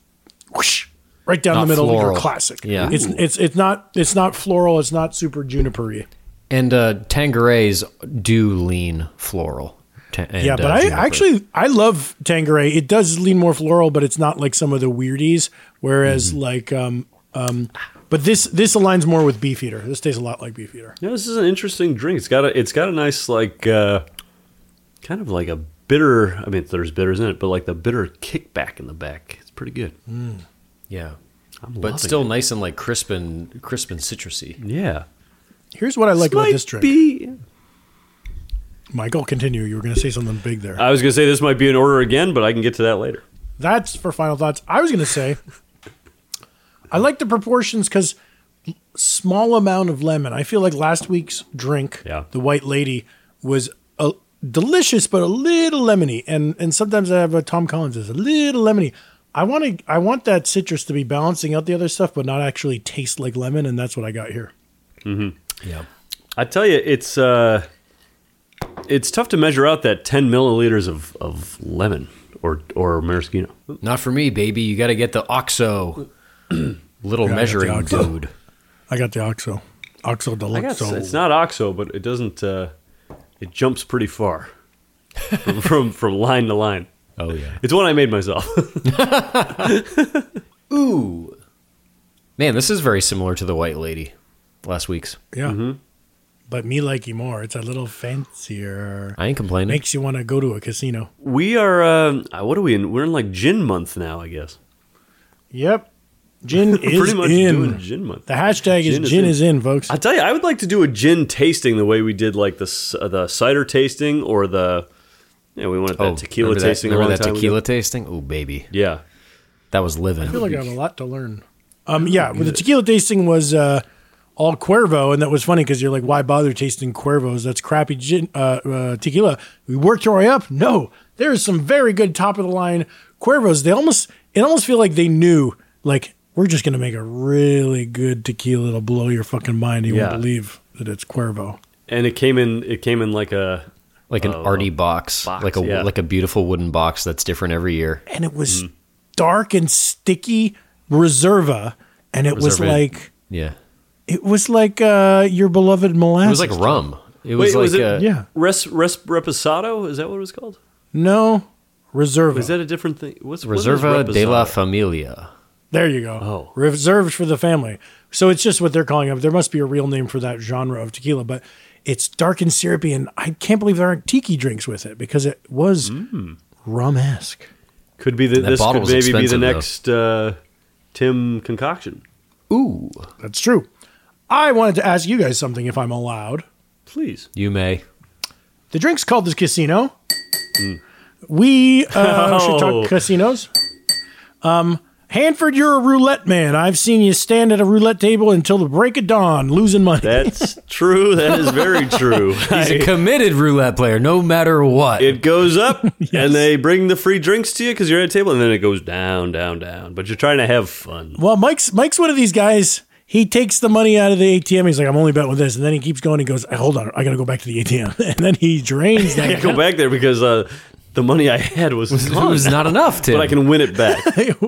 Speaker 3: whoosh, right down
Speaker 1: Not
Speaker 3: the middle of
Speaker 1: floral.
Speaker 3: your classic.
Speaker 1: Yeah.
Speaker 3: It's it's it's not it's not floral, it's not super junipery.
Speaker 1: and uh, Tangerais do lean floral. Ta- and,
Speaker 3: Yeah, but
Speaker 1: uh,
Speaker 3: I
Speaker 1: juniper.
Speaker 3: actually I love
Speaker 1: Mm-hmm.
Speaker 3: Tangeray. It does lean more floral, but it's not like some of the weirdies. Whereas like um But this this aligns more with Beefeater. This tastes a lot like Beefeater.
Speaker 2: Yeah, this is an interesting drink. It's got a it's got a nice like uh, kind of like a bitter. I mean, there's bitters in it, but like the bitter kickback in the back. It's pretty good.
Speaker 1: Yeah.
Speaker 2: I'm loving
Speaker 1: But still
Speaker 2: it.
Speaker 1: nice and like crisp and crisp and citrusy.
Speaker 2: yeah.
Speaker 3: Here's what I like about
Speaker 2: Might
Speaker 3: this drink.
Speaker 2: be-
Speaker 3: Michael, continue. You were going to say something big there.
Speaker 2: I was gonna say this might be an order again, but I can get to that later.
Speaker 3: That's for final thoughts. I was going to say, I like the proportions because small amount of lemon. I feel like last week's drink,
Speaker 2: Yeah.
Speaker 3: the White Lady, was a, delicious but a little lemony, and and sometimes I have a Tom Collins is a little lemony. I want to I want that citrus to be balancing out the other stuff, but not actually taste like lemon, and that's what I got here.
Speaker 1: Yeah.
Speaker 2: I tell you, it's uh, it's tough to measure out that 10 milliliters of, of lemon or or maraschino.
Speaker 1: Not for me, baby. You got to get the OXO little
Speaker 3: Yeah, I got the
Speaker 1: measuring
Speaker 3: OXO.
Speaker 1: dude.
Speaker 3: I got the Oxo, Oxo
Speaker 2: I
Speaker 3: Deluxe.
Speaker 2: guess
Speaker 3: So
Speaker 2: it's not oxo, but it doesn't. Uh, it jumps pretty far from, from from line to line.
Speaker 1: Oh yeah.
Speaker 2: It's one I made myself.
Speaker 1: Ooh. Man, this is very similar to the White Lady last week's.
Speaker 3: yeah.
Speaker 2: Mm-hmm.
Speaker 3: But me like you more. It's a little fancier.
Speaker 1: I ain't complaining.
Speaker 3: Makes you want to go to a casino.
Speaker 2: we are. Uh, what are we in? We're in like gin month now, I guess.
Speaker 3: Yep. Gin is
Speaker 2: pretty much
Speaker 3: in.
Speaker 2: doing gin month.
Speaker 3: The hashtag
Speaker 2: Gin
Speaker 3: is
Speaker 2: is
Speaker 3: gin
Speaker 2: in.
Speaker 3: is in, folks.
Speaker 2: I tell you, I would like to do a gin tasting the way we did like the c- uh, the cider tasting or the. Yeah, we wanted that tequila
Speaker 1: Oh, remember that-
Speaker 2: tasting. a
Speaker 1: remember
Speaker 2: long
Speaker 1: that
Speaker 2: time ago.
Speaker 1: tequila tasting? Oh baby,
Speaker 2: Yeah.
Speaker 1: that was living.
Speaker 3: I feel like I have a lot to learn. Um, yeah, well, the tequila tasting was uh, all Cuervo, and that was funny because you're like, why bother tasting Cuervos? That's crappy gin, uh, uh, tequila. We worked our way up. No, there is some very good top of the line Cuervos. They almost, it almost feel like they knew, like, we're just gonna make a really good tequila that'll blow your fucking mind. You
Speaker 2: Yeah.
Speaker 3: won't believe that it's Cuervo.
Speaker 2: and it came in it came in like a
Speaker 1: like an arty box,
Speaker 2: Oh, box,
Speaker 1: like a
Speaker 2: yeah.
Speaker 1: like a beautiful wooden box that's different every year.
Speaker 3: and it was
Speaker 1: Hmm.
Speaker 3: dark and sticky reserva and it was
Speaker 1: Reserva.
Speaker 3: like
Speaker 1: Yeah,
Speaker 3: it was like uh your beloved molasses
Speaker 1: it was like rum. It was
Speaker 2: Wait,
Speaker 1: like
Speaker 2: was it-
Speaker 1: uh,
Speaker 3: yeah
Speaker 2: res, res reposado is that what it was called
Speaker 3: no reserva
Speaker 2: is that a different thing what's what is
Speaker 1: Reserva de la
Speaker 2: reposado?
Speaker 1: Familia.
Speaker 3: there you go
Speaker 2: Oh.
Speaker 3: reserved for the family so it's just what they're calling it there must be a real name for that genre of tequila but it's dark and syrupy and i can't believe there aren't tiki drinks with it because it was
Speaker 1: Hmm.
Speaker 3: rum-esque
Speaker 2: could be the,
Speaker 1: That
Speaker 2: this
Speaker 1: bottle
Speaker 2: could
Speaker 1: was
Speaker 2: maybe be the
Speaker 1: expensive, though.
Speaker 2: next uh, tim concoction
Speaker 1: Ooh,
Speaker 3: that's true i wanted to ask you guys something if i'm allowed
Speaker 2: please
Speaker 1: you may.
Speaker 3: The drink's called the casino. We uh, should
Speaker 2: Hmm. Oh.
Speaker 3: talk casinos. Um, Hanford, you're a roulette man. I've seen you stand at a roulette table until the break of dawn, losing money.
Speaker 2: that's true that is very true
Speaker 1: He's a committed roulette player, no matter what.
Speaker 2: it goes up and they bring the free drinks to you because you're at a table and then it goes down down down but you're trying to have fun
Speaker 3: well, Mike's Mike's one of these guys. He takes the money out of the ATM. He's like, I'm only betting with this, and then he keeps going. He goes, "Hey, Hold on, I gotta go back to the ATM, and then he drains
Speaker 2: i
Speaker 3: that.
Speaker 2: can't go back there because uh, the money i had was,
Speaker 1: it
Speaker 2: gone.
Speaker 1: was not enough, Tim.
Speaker 2: but i can win it back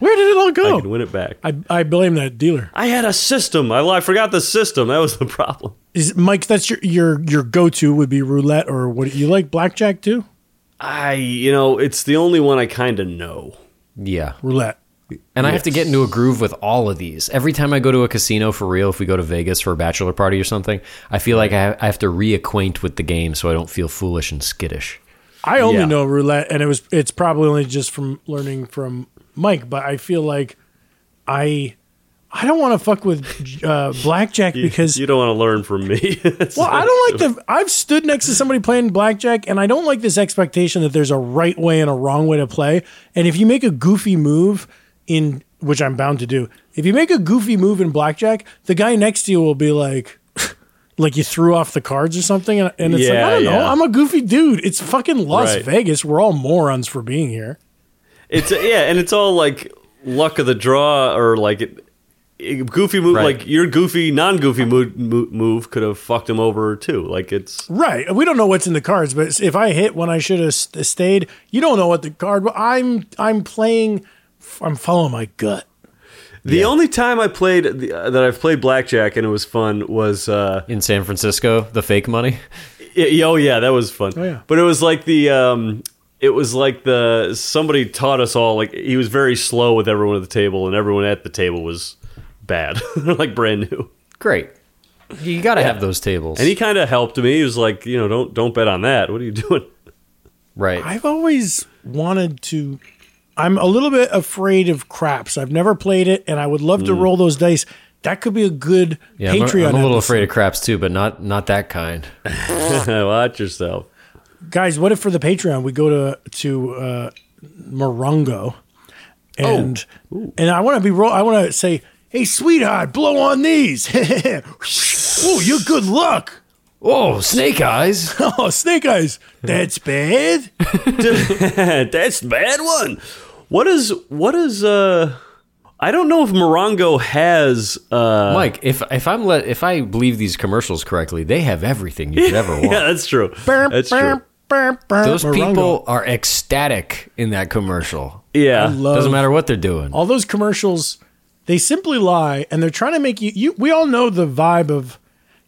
Speaker 3: Where did it all
Speaker 2: i can
Speaker 3: go?
Speaker 2: win it back
Speaker 3: I, I blame that dealer.
Speaker 2: I had a system. I, I forgot the system. That was the problem.
Speaker 3: Is Mike? That's your your your go to would be roulette or what? You like blackjack too?
Speaker 2: I, you know, it's the only one I kind of know.
Speaker 1: yeah,
Speaker 3: Roulette.
Speaker 1: and I have to get into a groove with all of these. Every time I go to a casino for real, if we go to Vegas for a bachelor party or something, I feel like I, I have to reacquaint with the game so I don't feel foolish and skittish.
Speaker 3: I only
Speaker 2: Yeah.
Speaker 3: know roulette, and it was it's probably only just from learning from Mike. But I feel like I I don't want to fuck with uh, blackjack because
Speaker 2: you don't want to learn from me.
Speaker 3: well, I don't like the. I've stood next to somebody playing blackjack, and I don't like this expectation that there's a right way and a wrong way to play. And if you make a goofy move in, which I'm bound to do, if you make a goofy move in blackjack, the guy next to you will be like, like you threw off the cards or something, and, and it's like,
Speaker 2: Yeah,
Speaker 3: I don't know,
Speaker 2: yeah.
Speaker 3: I'm a goofy dude. It's fucking Las
Speaker 2: Right.
Speaker 3: Vegas. We're all morons for being here.
Speaker 2: It's yeah, and it's all like luck of the draw or like it, it- goofy move.
Speaker 1: Right.
Speaker 2: Like your goofy, non-goofy move, move could have fucked him over too. Like it's
Speaker 3: Right. We don't know what's in the cards, but if I hit when I should have st- stayed, you don't know what the card. I'm I'm playing. I'm following my gut.
Speaker 2: the only time I played the, uh, that I've played blackjack and it was fun was. uh
Speaker 1: In San Francisco, the fake money.
Speaker 2: Yeah, yeah, oh yeah, that was fun.
Speaker 3: yeah.
Speaker 2: But it was like the um it was like the somebody taught us all like he was very slow with everyone at the table and everyone at the table was bad like brand new
Speaker 1: Great. You got to have those tables.
Speaker 2: and he kind of helped me he was like you know don't don't bet on that what are you doing
Speaker 1: right.
Speaker 3: I've always wanted to. I'm a little bit afraid of craps. I've never played it, and I would love to roll those dice. That could be a good
Speaker 1: Mm. yeah, I'm,
Speaker 3: Patreon.
Speaker 1: I'm a little
Speaker 3: episode.
Speaker 1: afraid of craps too, but not not that kind.
Speaker 2: watch yourself
Speaker 3: guys. What if for the Patreon we go to to uh,
Speaker 1: Oh.
Speaker 3: Morongo, and and I want to be roll. I want to say, hey, sweetheart, blow on these. oh, you good luck.
Speaker 1: Oh, snake eyes.
Speaker 3: Oh, snake eyes. That's bad.
Speaker 2: that's a bad one what is what is uh i don't know if morongo has uh
Speaker 1: Mike, if if I'm let if I believe these commercials correctly, they have everything you could ever want.
Speaker 2: yeah that's true that's true
Speaker 1: Those
Speaker 3: Those
Speaker 1: people are ecstatic in that commercial.
Speaker 2: yeah
Speaker 3: Uh,
Speaker 1: Doesn't matter what they're doing.
Speaker 3: all those commercials they simply lie and they're trying to make you, you we all know the vibe of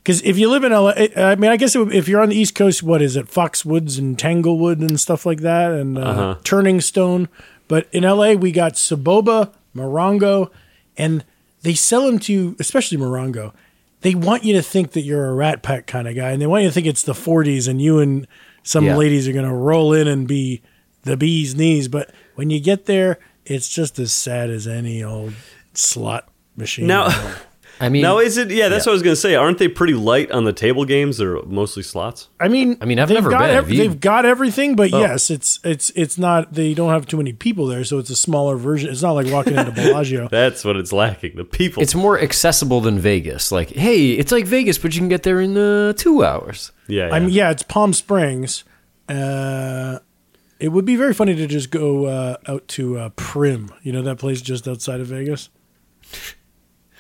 Speaker 3: because if you live in LA, I mean, I guess it would- if you're on the East Coast, what is it? Foxwoods and Tanglewood and stuff like that, and uh, Turning Stone. But in LA, we got Saboba, Morongo, and they sell them to you, especially Morongo. They want you to think that you're a Rat Pack kind of guy, and they want you to think it's the 40s, and you and some
Speaker 1: Yeah.
Speaker 3: ladies are going to roll in and be the bee's knees. But when you get there, it's just as sad as any old slot machine.
Speaker 2: now
Speaker 1: I mean,
Speaker 2: now is it yeah that's what i was gonna say aren't they pretty light on the table games they're mostly slots
Speaker 3: I mean, I
Speaker 1: mean, I've
Speaker 3: they've
Speaker 1: never
Speaker 3: got
Speaker 1: been. Oh.
Speaker 3: ev-
Speaker 1: Have you-
Speaker 3: they've got everything, but yes, it's it's it's not. They don't have too many people there, so it's a smaller version. It's not like walking into Bellagio.
Speaker 2: that's what it's lacking the people
Speaker 1: it's more accessible than Vegas. Like, hey, it's like Vegas, but you can get there in uh, two hours.
Speaker 2: yeah, yeah.
Speaker 3: I mean, yeah, it's Palm Springs. Uh, it would be very funny to just go uh, out to uh, Prim. You know that place just outside of Vegas.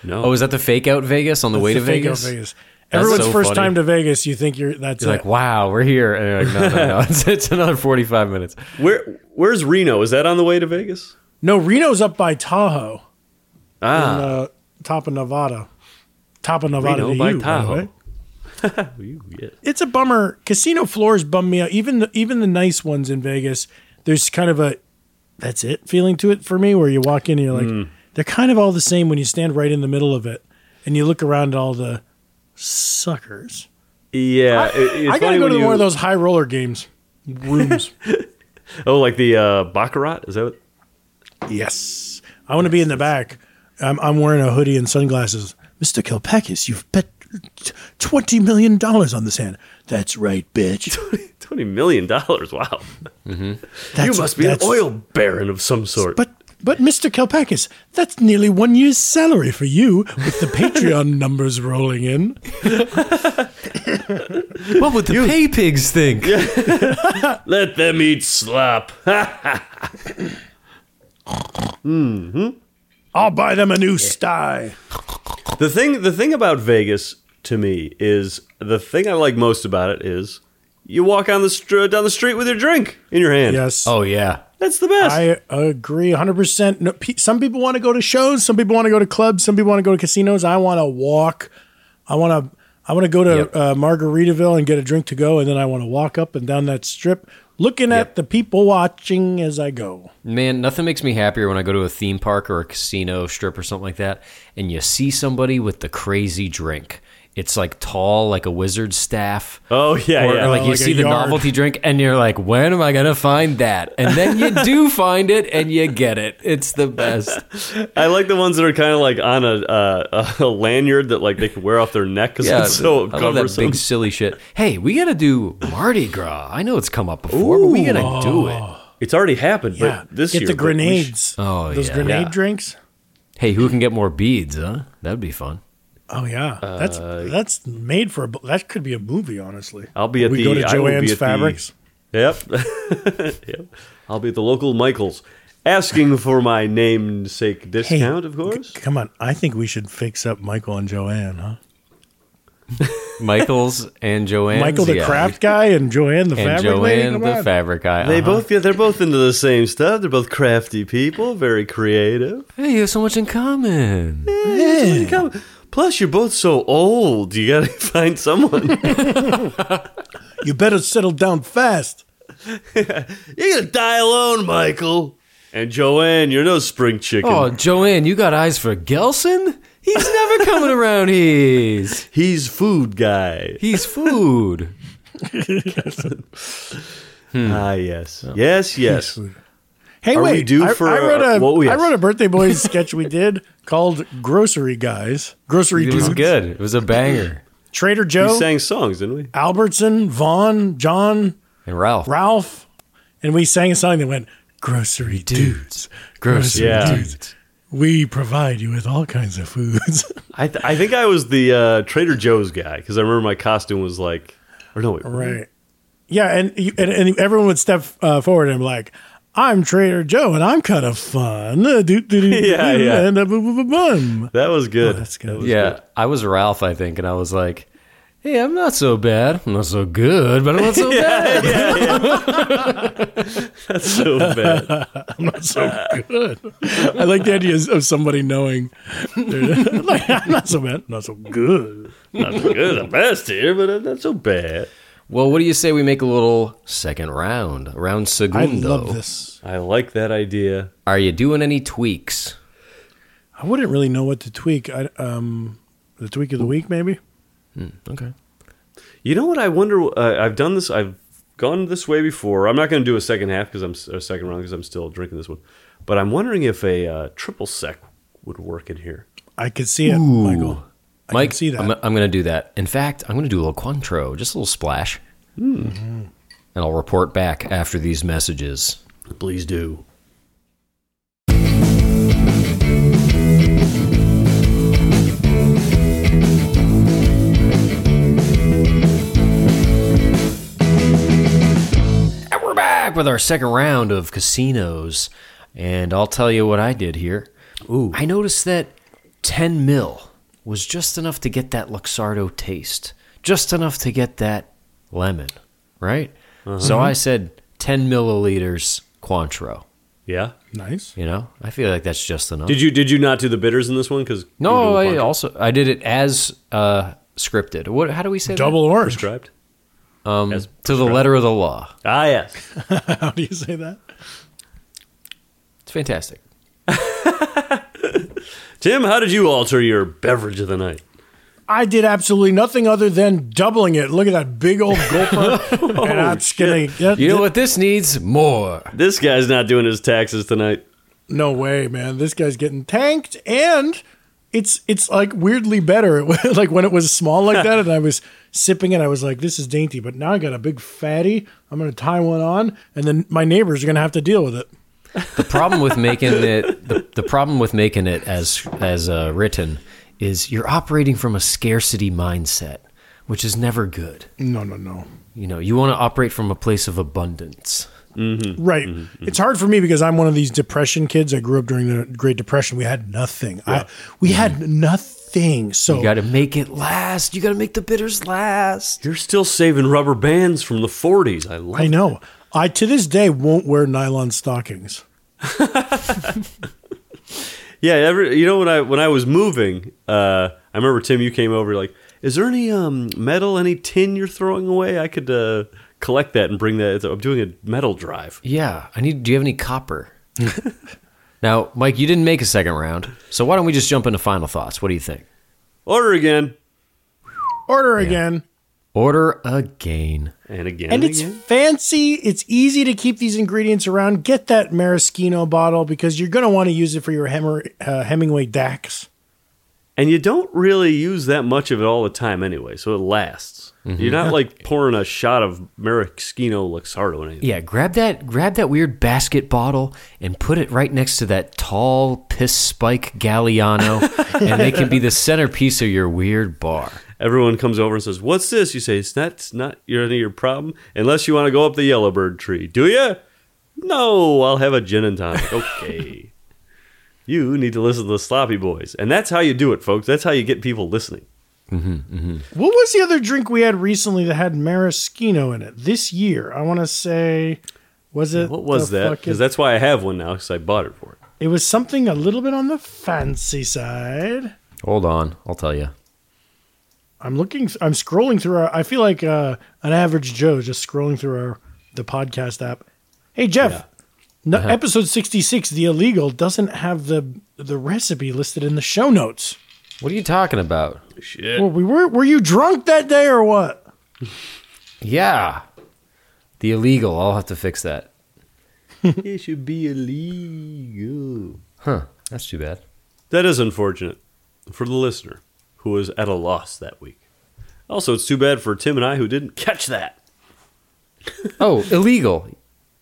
Speaker 2: no
Speaker 1: Oh, is that the fake out Vegas on the way
Speaker 3: It's
Speaker 1: to
Speaker 3: the fake out
Speaker 1: Vegas?
Speaker 3: Vegas.
Speaker 1: That's
Speaker 3: Everyone's
Speaker 1: so
Speaker 3: first
Speaker 1: funny.
Speaker 3: time to Vegas, you think you're that's
Speaker 1: You're
Speaker 3: it.
Speaker 1: like, wow, we're here. And you're like, no, no, no. It's, it's another 45 minutes.
Speaker 2: Where where's Reno? Is that on the way to Vegas?
Speaker 3: no. Reno's up by Tahoe,
Speaker 2: Ah,
Speaker 3: uh, top of Nevada, top of Nevada.
Speaker 2: Reno
Speaker 3: to
Speaker 2: by
Speaker 3: you, the
Speaker 2: Tahoe.
Speaker 3: way.
Speaker 2: you- yeah.
Speaker 3: it's a bummer. Casino floors bum me out. Even the, even the nice ones in Vegas, there's kind of a that's it feeling to it for me, where you walk in and you're like,
Speaker 2: Hmm.
Speaker 3: they're kind of all the same when you stand right in the middle of it, and you look around at all the suckers.
Speaker 2: Yeah, it- it's
Speaker 3: I
Speaker 2: funny
Speaker 3: gotta go
Speaker 2: when
Speaker 3: to
Speaker 2: you-
Speaker 3: one of those high roller games rooms.
Speaker 2: Oh, like the uh, baccarat? Is that what?
Speaker 3: yes, I want to be in the back. I'm, I'm wearing a hoodie and sunglasses. Mr. Kelpakis, you've bet twenty million dollars on this hand. That's right, bitch.
Speaker 2: Twenty million dollars. Wow, you
Speaker 3: That's-
Speaker 2: must be an
Speaker 3: that's-
Speaker 2: oil baron of some sort.
Speaker 3: But but Mr. Kalpakis, that's nearly one year's salary for you with the Patreon numbers rolling in.
Speaker 1: What would the pay pigs think?
Speaker 2: Let them eat slop.
Speaker 3: I'll buy them a new sty.
Speaker 2: the thing, the thing about Vegas to me is the thing I like most about it is you walk on the str- down the street with your drink in your hand.
Speaker 3: Yes.
Speaker 1: Oh, yeah.
Speaker 2: that's the best.
Speaker 3: I agree 100%. No, pe- some people want to go to shows, some people want to go to clubs, some people want to go to casinos. I want to walk. I want to I want to go to
Speaker 1: Yep.
Speaker 3: uh, Margaritaville and get a drink to go and then I want to walk up and down that strip looking
Speaker 1: Yep.
Speaker 3: at the people watching as I go.
Speaker 1: Man, nothing makes me happier when I go to a theme park or a casino strip or something like that, and you see somebody with the crazy drink. It's like tall, like a wizard's staff.
Speaker 2: oh yeah,
Speaker 1: or,
Speaker 2: yeah.
Speaker 1: or like you
Speaker 3: like a
Speaker 1: see the
Speaker 3: yard.
Speaker 1: novelty drink, and you're like, when am I gonna find that? And then you do find it, and you get it. It's the best.
Speaker 2: I like the ones that are kind of like on a, uh, a lanyard that like they can wear off their neck because it's
Speaker 1: I
Speaker 2: so
Speaker 1: love that
Speaker 2: cumbersome.
Speaker 1: big silly shit. Hey, we gotta do Mardi Gras. I know it's come up before, but we gotta do it.
Speaker 2: It's already happened,
Speaker 3: Yeah.
Speaker 2: but this
Speaker 3: get
Speaker 2: year
Speaker 3: the
Speaker 2: but we sh-
Speaker 3: grenades.
Speaker 1: Oh,
Speaker 3: Those
Speaker 1: yeah.
Speaker 3: grenade
Speaker 1: Yeah.
Speaker 3: drinks.
Speaker 1: Hey, who can get more beads? Huh? That'd be fun.
Speaker 3: Oh yeah,
Speaker 2: Uh,
Speaker 3: that's that's made for a, bo- that could be a movie. Honestly,
Speaker 2: I'll be at
Speaker 3: we
Speaker 2: the-
Speaker 3: go to
Speaker 2: I will be
Speaker 3: Joanne's
Speaker 2: at the-
Speaker 3: Fabrics.
Speaker 2: Yep. yep. I'll be at the local Michaels, asking for my namesake
Speaker 3: Hey,
Speaker 2: discount, of course.
Speaker 3: c- come on, I think we should fix up Michael and Joanne, huh?
Speaker 1: Michael's and Joanne's.
Speaker 3: Michael the
Speaker 1: yeah.
Speaker 3: craft guy and Joanne the
Speaker 1: and
Speaker 3: fabric lady.
Speaker 1: Joanne
Speaker 3: Come
Speaker 1: the
Speaker 3: on.
Speaker 1: fabric guy.
Speaker 2: They
Speaker 1: uh-huh.
Speaker 2: both yeah, they're both into the same stuff. They're both crafty people, very creative.
Speaker 1: Oh, Hey, you have so much in common.
Speaker 3: Yeah.
Speaker 2: Come- Plus, you're both so old. You gotta find someone.
Speaker 3: You better settle down fast.
Speaker 2: You're gonna die alone, Michael. And Joanne, you're no spring chicken.
Speaker 1: Oh, Joanne, you got eyes for Gelson? He's never coming around here.
Speaker 2: He's food guy.
Speaker 1: He's food.
Speaker 2: Ah, yes, yes, yes.
Speaker 3: Hey,
Speaker 2: Are we
Speaker 3: wait.
Speaker 2: due
Speaker 3: I,
Speaker 2: for,
Speaker 3: I wrote
Speaker 2: uh,
Speaker 3: a
Speaker 2: what we-
Speaker 3: I wrote a birthday boys sketch we did called "Grocery Guys." Grocery
Speaker 1: It was
Speaker 3: dudes.
Speaker 1: good. It was a banger.
Speaker 3: Trader
Speaker 2: We
Speaker 3: Joe,
Speaker 2: sang songs, didn't we?
Speaker 3: Albertson, Vaughn, John,
Speaker 1: And Ralph.
Speaker 3: Ralph, and we sang a song that went "Grocery dudes, grocery
Speaker 2: Yeah.
Speaker 3: dudes." We provide you with all kinds of foods.
Speaker 2: I, th- I think I was the uh, Trader Joe's guy because I remember my costume was like, or no, wait,
Speaker 3: Right. Mm-hmm. Yeah, and you- and, and everyone would step uh, forward and be like, "I'm Trader Joe, and I'm kind of fun." Uh, do, do, do,
Speaker 2: Yeah,
Speaker 3: do,
Speaker 2: yeah.
Speaker 3: And a boom, boom, boom, boom.
Speaker 2: that was good.
Speaker 3: That's good.
Speaker 1: Yeah, I was Ralph, I think, and I was like, "Hey, I'm not so bad. I'm not so good, but I'm not so bad."
Speaker 2: That's so bad.
Speaker 3: so good. I like the idea of somebody knowing. like, I'm not so bad. Not so good.
Speaker 2: not so good. I'm best here, but I'm not so bad.
Speaker 1: Well, what do you say we make a little second round, round
Speaker 3: I
Speaker 1: segundo?
Speaker 3: love this.
Speaker 2: I like that idea.
Speaker 1: Are you doing any tweaks?
Speaker 3: I wouldn't really know what to tweak. I, um, the tweak of the week, maybe.
Speaker 1: Hmm, Okay.
Speaker 2: You know what? I wonder. Uh, I've done this. I've gone this way before. I'm not going to do a second half because I'm s- or second round because I'm still drinking this one. But I'm wondering if a uh, triple sec would work in here.
Speaker 3: I could see it, Michael. I
Speaker 1: Mike,
Speaker 3: can see that.
Speaker 1: I'm, I'm going to do that. In fact, I'm going to do a little Cointreau, just a little splash,
Speaker 3: Hmm.
Speaker 1: and I'll report back after these messages.
Speaker 2: Please do.
Speaker 1: And we're back with our second round of casinos. And I'll tell you what I did here. Ooh. I noticed that 10 mil was just enough to get that Luxardo taste, just enough to get that lemon, right?
Speaker 3: Uh-huh.
Speaker 1: So I said 10 milliliters Cointreau.
Speaker 2: Yeah.
Speaker 3: nice.
Speaker 1: You know, I feel like that's just enough.
Speaker 2: Did you did you not do the bitters in this one? Because
Speaker 1: no, I also I did it as uh, scripted. What? How do we say that?
Speaker 3: Double orange.
Speaker 2: prescribed.
Speaker 1: um,
Speaker 2: as
Speaker 1: to the letter of the law.
Speaker 2: Ah yes.
Speaker 3: How do you say that?
Speaker 1: It's fantastic.
Speaker 2: Tim, how did you alter your beverage of the night?
Speaker 3: I did absolutely nothing other than doubling it. Look at that big old gulper. and I'm just gonna,
Speaker 1: You know what this needs more.
Speaker 2: This guy's not doing his taxes tonight.
Speaker 3: No way, man. This guy's getting tanked and it's it's like weirdly better. like when it was small like that and I was sipping it, I was like, this is dainty, but now I got a big fatty. I'm gonna tie one on, and then my neighbors are gonna have to deal with it.
Speaker 1: problem with making it the, the problem with making it as as uh, written is you're operating from a scarcity mindset which is never good
Speaker 3: No, no, no.
Speaker 1: you know you want to operate from a place of abundance
Speaker 3: Right.
Speaker 1: Mm-hmm.
Speaker 3: It's hard for me because I'm one of these depression kids. I grew up during the Great Depression. We had nothing. I we had nothing. So
Speaker 1: Mm-hmm. you got to make it last you got to make the bitters last
Speaker 2: You're still saving rubber bands from the 40s. I like
Speaker 3: I know. I to this day won't wear nylon stockings.
Speaker 2: Yeah, every, you know when I when I was moving, uh, I remember Tim, you came over you're like, is there any um, metal, any tin you're throwing away? I could uh, collect that and bring that. I'm doing a metal drive.
Speaker 1: yeah i need do you have any copper now mike you didn't make a second round so why don't we just jump into final thoughts what do you think
Speaker 2: Order again
Speaker 3: Order again.
Speaker 1: order again
Speaker 2: and again
Speaker 3: and it's
Speaker 2: again.
Speaker 3: fancy. It's easy to keep these ingredients around. Get that maraschino bottle because you're going to want to use it for your Hemmer, uh, Hemingway Dax.
Speaker 2: and you don't really use that much of it all the time anyway, so it lasts. You're not like pouring a shot of maraschino Luxardo in anything.
Speaker 1: Yeah, grab that grab that weird basket bottle and put it right next to that tall piss spike Galliano and they can be the centerpiece of your weird bar.
Speaker 2: Everyone comes over and says, "What's this?" You say, "It's not, it's not your any of your problem, unless you want to go up the yellowbird tree." Do you? No, I'll have a gin and tonic. Okay. you need to listen to the Sloppy Boys, and that's how you do it, folks. That's how you get people listening.
Speaker 3: What was the other drink we had recently that had maraschino in it this year? I want to say, was it?
Speaker 2: What was
Speaker 3: the
Speaker 2: that?
Speaker 3: fucking-
Speaker 2: Because that's why I have one now, because I bought it for it.
Speaker 3: it was something a little bit on the fancy side.
Speaker 1: Hold on, I'll tell you.
Speaker 3: I'm looking. I'm scrolling through our. I feel like uh, an average Joe just scrolling through our the podcast app. Hey Jeff, no, episode sixty six, the illegal, doesn't have the the recipe listed in the show notes.
Speaker 1: What are you talking about?
Speaker 2: Shit.
Speaker 3: Well, we were were you drunk that day or what?
Speaker 1: Yeah. The illegal. I'll have to fix that.
Speaker 2: It should be illegal.
Speaker 1: Huh. That's too bad.
Speaker 2: That is unfortunate for the listener who was at a loss that week. Also, it's too bad for Tim and I who didn't catch that.
Speaker 1: Oh, illegal.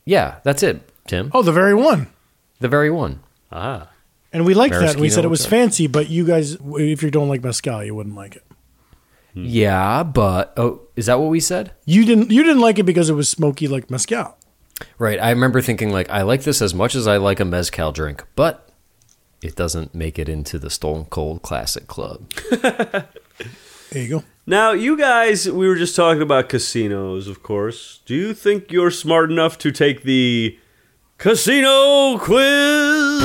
Speaker 1: Yeah, that's it, Tim.
Speaker 3: Oh, the very one.
Speaker 1: The very one.
Speaker 2: Ah.
Speaker 3: And we liked that. And we
Speaker 1: Maraschino
Speaker 3: said it was
Speaker 1: with
Speaker 3: fancy, but you guys, if you don't like mezcal, you wouldn't like it.
Speaker 1: Yeah, but oh, is that what we said?
Speaker 3: You didn't. You didn't like it because it was smoky like mezcal.
Speaker 1: Right. I remember thinking like I like this as much as I like a mezcal drink, but it doesn't make it into the Stone Cold Classic Club.
Speaker 3: There you go.
Speaker 2: Now, you guys, we were just talking about casinos, of course. Do you think you're smart enough to take the casino quiz?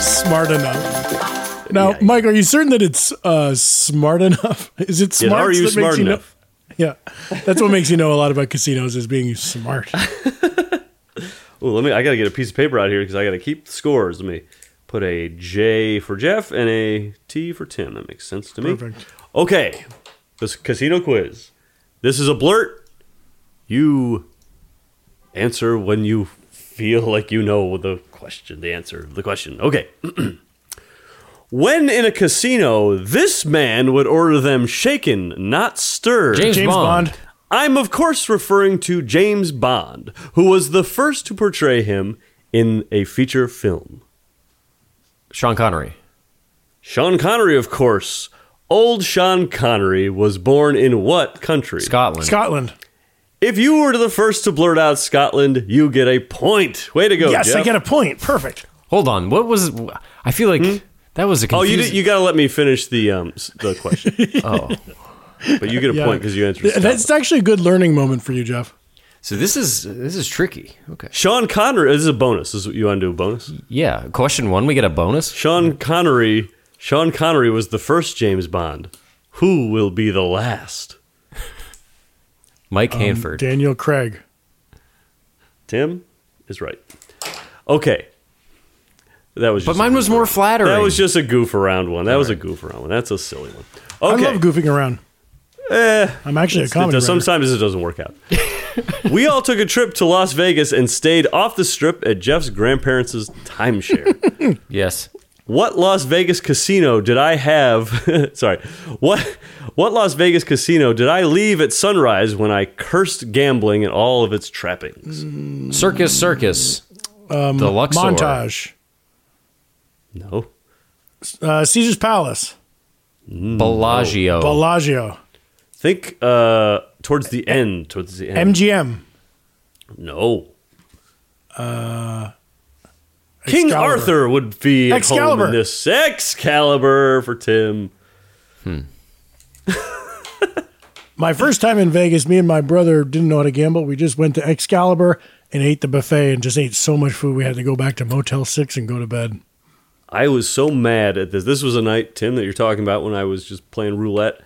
Speaker 3: Smart enough. Now, Mike, are you certain that it's uh, smart enough? Is it
Speaker 2: Yeah,
Speaker 3: smart?
Speaker 2: how are you
Speaker 3: that makes
Speaker 2: smart
Speaker 3: know-
Speaker 2: enough?
Speaker 3: yeah, that's what makes you know a lot about casinos is being smart.
Speaker 2: Oh, let me. I gotta get a piece of paper out here because I gotta keep the scores. Let me put a J for Jeff and a T for Tim. That makes sense to me.
Speaker 3: Perfect.
Speaker 2: Okay, this casino quiz. This is a blurt. You answer when you feel like you know the question, the answer, of the question. Okay. when in a casino, this man would order them shaken, not stirred.
Speaker 1: James
Speaker 3: James
Speaker 1: Bond.
Speaker 3: Bond.
Speaker 2: I'm, of course, referring to James Bond, who was the first to portray him in a feature film.
Speaker 1: Sean Connery.
Speaker 2: Sean Connery, of course. Old Sean Connery was born in what country?
Speaker 1: Scotland.
Speaker 3: Scotland.
Speaker 2: If you were the first to blurt out Scotland, you get a point. Way to go,
Speaker 3: yes,
Speaker 2: Oh, Jeff.
Speaker 3: I get a point. Perfect.
Speaker 1: Hold on. What was I feel like that was a
Speaker 2: Oh, you
Speaker 1: confusing,
Speaker 2: did, you got to let me finish the um s- the question. oh, but you get a point because you answered.
Speaker 3: Th- That's actually a good learning moment for you, Jeff.
Speaker 1: So this is this is tricky. Okay.
Speaker 2: Sean Connery. This is a bonus. This is you want to do a bonus.
Speaker 1: Yeah, question 1 we get a bonus.
Speaker 2: Sean Connery. Sean Connery was the first James Bond. Who will be the last?
Speaker 1: Mike
Speaker 2: Um,
Speaker 1: Hanford.
Speaker 3: Um, Daniel Craig.
Speaker 2: Tim is right. Okay, that was.
Speaker 1: but
Speaker 2: just a
Speaker 1: mine
Speaker 2: goof
Speaker 1: was more
Speaker 2: around.
Speaker 1: flattering.
Speaker 2: That was just a goof around one. That was a goof around one. That's a silly one. Okay. Eh.
Speaker 3: I love goofing around. I'm actually a
Speaker 2: It
Speaker 3: comedy.
Speaker 2: does-
Speaker 3: writer.
Speaker 2: sometimes it doesn't work out. we all took a trip to Las Vegas and stayed off the strip at Jeff's grandparents' timeshare.
Speaker 1: yes.
Speaker 2: what Las Vegas casino did I have? sorry, what what Las Vegas casino did I leave at sunrise when I cursed gambling and all of its trappings?
Speaker 1: Mm. Circus Circus. Um, the Luxor.
Speaker 3: Montage.
Speaker 2: No,
Speaker 3: Uh, Caesar's Palace.
Speaker 2: Mm,
Speaker 1: Bellagio.
Speaker 3: Bellagio.
Speaker 2: think uh, towards the end. Towards the end.
Speaker 3: MGM.
Speaker 2: no. Uh, King
Speaker 3: Excalibur.
Speaker 2: Arthur would be at home in
Speaker 3: Excalibur.
Speaker 2: this Excalibur for Tim.
Speaker 3: My first time in Vegas, me and my brother didn't know how to gamble. We just went to Excalibur and ate the buffet and just ate so much food we had to go back to Motel 6 and go to bed.
Speaker 2: I was so mad at this. This was a night, Tim, that you're talking about when I was just playing roulette.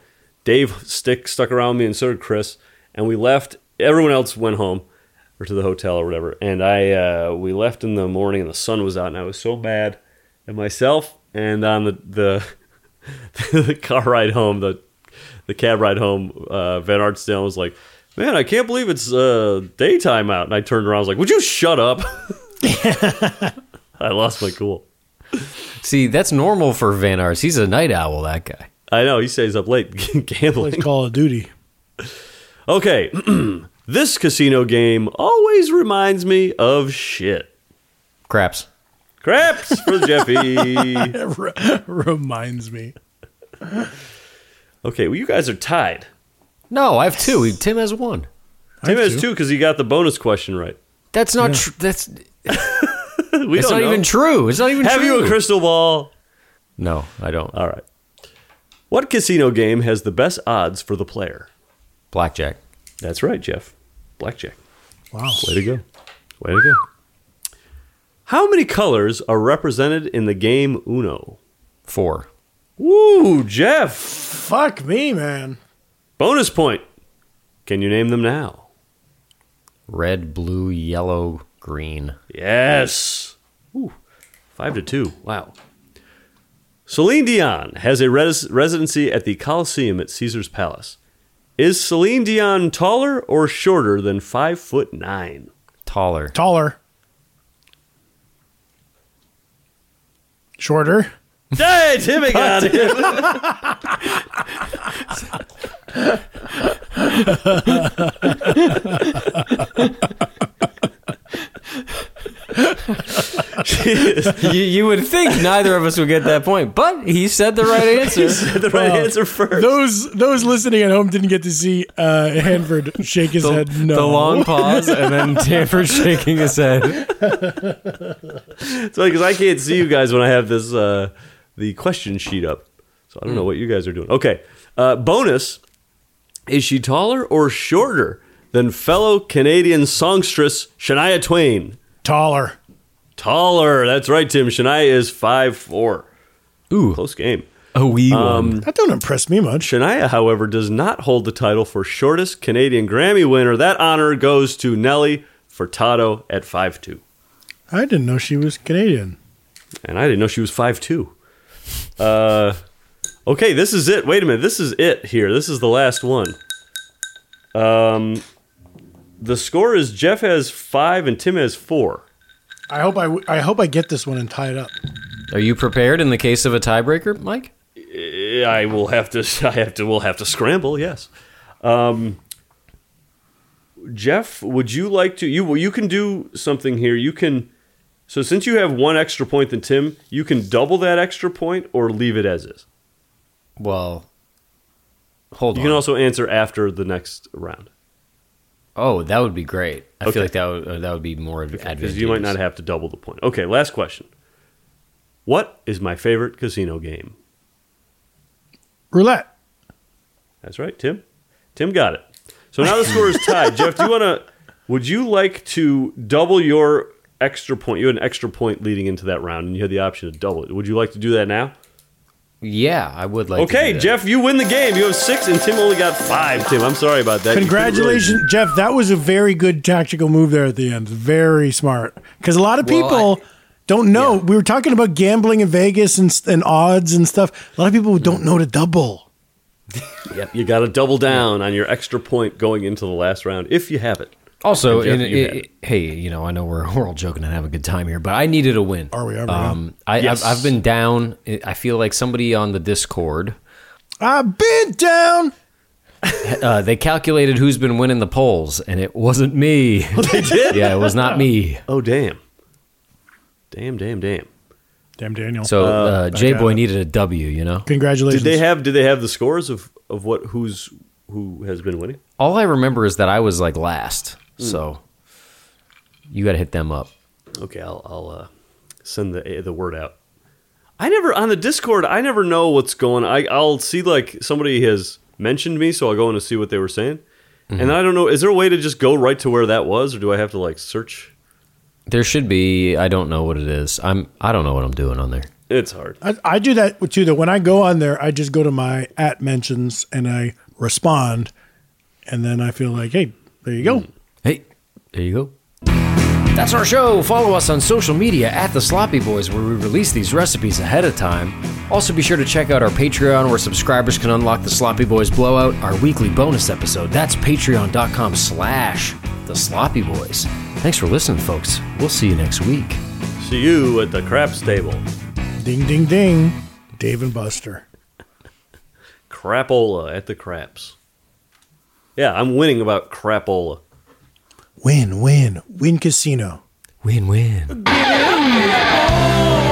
Speaker 2: Dave Stick stuck around me, and so did Chris. And we left. Everyone else went home or to the hotel or whatever. And I uh, we left in the morning, and the sun was out, and I was so mad at myself. And on the the, the car ride home, the the cab ride home, uh, Van Artsdale was like, "Man, I can't believe it's uh, daytime out." And I turned around, I was like, "Would you shut up?" I lost my cool.
Speaker 1: See, that's normal for Van Ars. He's a night owl, that guy.
Speaker 2: I know he stays up late
Speaker 3: Plays
Speaker 2: gambling.
Speaker 3: Call of Duty.
Speaker 2: Okay, this casino game always reminds me of shit.
Speaker 1: Craps.
Speaker 2: Craps for Jeffy.
Speaker 3: Re- Reminds me.
Speaker 2: Okay, well you guys are tied.
Speaker 1: No, I have two. Tim has one.
Speaker 2: Tim
Speaker 3: have
Speaker 2: has
Speaker 3: two.
Speaker 2: two because he got the bonus question right.
Speaker 1: That's not true. That's
Speaker 2: We
Speaker 1: it's
Speaker 2: don't
Speaker 1: not
Speaker 2: know.
Speaker 1: even true. It's not even
Speaker 2: Have
Speaker 1: true.
Speaker 2: you a crystal ball?
Speaker 1: No, I don't.
Speaker 2: All right. What casino game has the best odds for the player?
Speaker 1: Blackjack.
Speaker 2: That's right, Jeff. Blackjack.
Speaker 3: Wow.
Speaker 2: Way to go. Way to go. How many colors are represented in the game Uno?
Speaker 1: Four.
Speaker 2: Woo, Jeff.
Speaker 3: Fuck me, man.
Speaker 2: Bonus point. Can you name them now?
Speaker 1: Red, blue, yellow, green.
Speaker 2: Yes. Ooh, five to two. Wow. Celine Dion has a res- residency at the Coliseum at Caesar's Palace. Is Celine Dion taller or shorter than five foot nine?
Speaker 1: Taller.
Speaker 3: Taller. Shorter.
Speaker 2: Hey, Timmy got it. She is-
Speaker 1: you, you would think neither of us would get that point, but he said the right answer.
Speaker 2: the right answer first.
Speaker 3: Those those listening at home didn't get to see uh, Hanford shake his head. No.
Speaker 1: The long pause and then Tamper shaking his head.
Speaker 2: It's because I can't see you guys when I have this uh, the question sheet up, so I don't know what you guys are doing. Okay, uh, bonus: Is she taller or shorter than fellow Canadian songstress Shania Twain?
Speaker 3: Taller.
Speaker 2: Taller. That's right, Tim. Shania is five four.
Speaker 1: Ooh,
Speaker 2: Close game.
Speaker 1: a wee one.
Speaker 3: That don't impress me much.
Speaker 2: Shania, however, does not hold the title for shortest Canadian Grammy winner. That honor goes to Nelly Furtado at five two.
Speaker 3: I didn't know she was Canadian.
Speaker 2: And I didn't know she was 5'2. Uh, okay, this is it. Wait a minute. This is it here. This is the last one. Um, the score is Jeff has five and Tim has four.
Speaker 3: I hope I, w- I hope I get this one and tie it up.
Speaker 1: Are you prepared in the case of a tiebreaker, Mike?
Speaker 2: Eh, I will have to. I have to. We'll have to scramble. Yes. Um, Jeff, would you like to? You well, you can do something here. You can. So since you have one extra point than Tim, you can double that extra point or leave it as is.
Speaker 1: Well, hold
Speaker 2: You
Speaker 1: on.
Speaker 2: can also answer after the next round.
Speaker 1: oh, that would be great. I
Speaker 2: Okay.
Speaker 1: feel like that would uh, that would be more adv- advantageous.
Speaker 2: Because you might not have to double the point. Okay, last question. What is my favorite casino game?
Speaker 3: Roulette.
Speaker 2: That's right, Tim. Tim got it. So now the score is tied. Jeff, do you want to? Would you like to double your extra point? You had an extra point leading into that round, and you had the option to double it. Would you like to do that now?
Speaker 1: Yeah, I would like. to
Speaker 2: okay,
Speaker 1: do that.
Speaker 2: Jeff, you win the game. You have six, and Tim only got five. Tim, I'm sorry about that. You couldn't really-
Speaker 3: Congratulations, Jeff. That was a very good tactical move there at the end. Very smart. Because a lot of
Speaker 1: Well,
Speaker 3: people don't know. We were talking about gambling in Vegas and, s- and odds and stuff. A lot of people don't know to double.
Speaker 2: Yep, you got to double down on your extra point going into the last round if you have it.
Speaker 1: Also,
Speaker 2: Jeff,
Speaker 1: in,
Speaker 2: you had
Speaker 1: i- i- hey, you know, I know we're, we're all joking and having a good time here, but I needed a win.
Speaker 3: Are we? Are we?
Speaker 1: Um, I,
Speaker 2: Yes.
Speaker 1: I've, I've been down. I I feel like somebody on the Discord.
Speaker 3: I've been down.
Speaker 1: Uh, they calculated who's been winning the polls, and it wasn't me.
Speaker 2: Oh, They did.
Speaker 1: yeah, it was not me.
Speaker 2: Oh damn. Damn, damn, damn.
Speaker 3: Damn, Daniel.
Speaker 1: So uh, J
Speaker 3: out of
Speaker 1: Boy
Speaker 3: it.
Speaker 1: needed a W, you know.
Speaker 3: congratulations.
Speaker 2: Did they have did they have the scores of, of what who's who has been winning?
Speaker 1: All I remember is that I was like last,
Speaker 2: Hmm.
Speaker 1: so you got to hit them up.
Speaker 2: Okay, I'll I'll uh, send the the word out. I never on the Discord. I never know what's going. I I'll see like somebody has mentioned me, so I'll go in to see what they were saying. And I don't know. Is there a way to just go right to where that was, or do I have to like search?
Speaker 1: There should be. I don't know what it is. I'm. I don't know what I'm doing on there.
Speaker 2: It's hard.
Speaker 3: I, I do that too. That when I go on there, I just go to my at mentions and I respond, and then I feel like, hey, there you
Speaker 2: Hmm.
Speaker 3: go.
Speaker 1: Hey, there you go. That's our show. Follow us on social media at The Sloppy Boys, where we release these recipes ahead of time. Also, be sure to check out our Patreon, where subscribers can unlock The Sloppy Boys Blowout, our weekly bonus episode. That's patreon.com slash The Sloppy Boys. Thanks for listening, folks. We'll see you next week.
Speaker 2: See you at the craps table.
Speaker 3: Ding, ding, ding. Dave and Buster.
Speaker 2: Crapola at the craps. Yeah, I'm winning about crapola.
Speaker 3: Win, win, win casino.
Speaker 1: Win-win.
Speaker 4: Give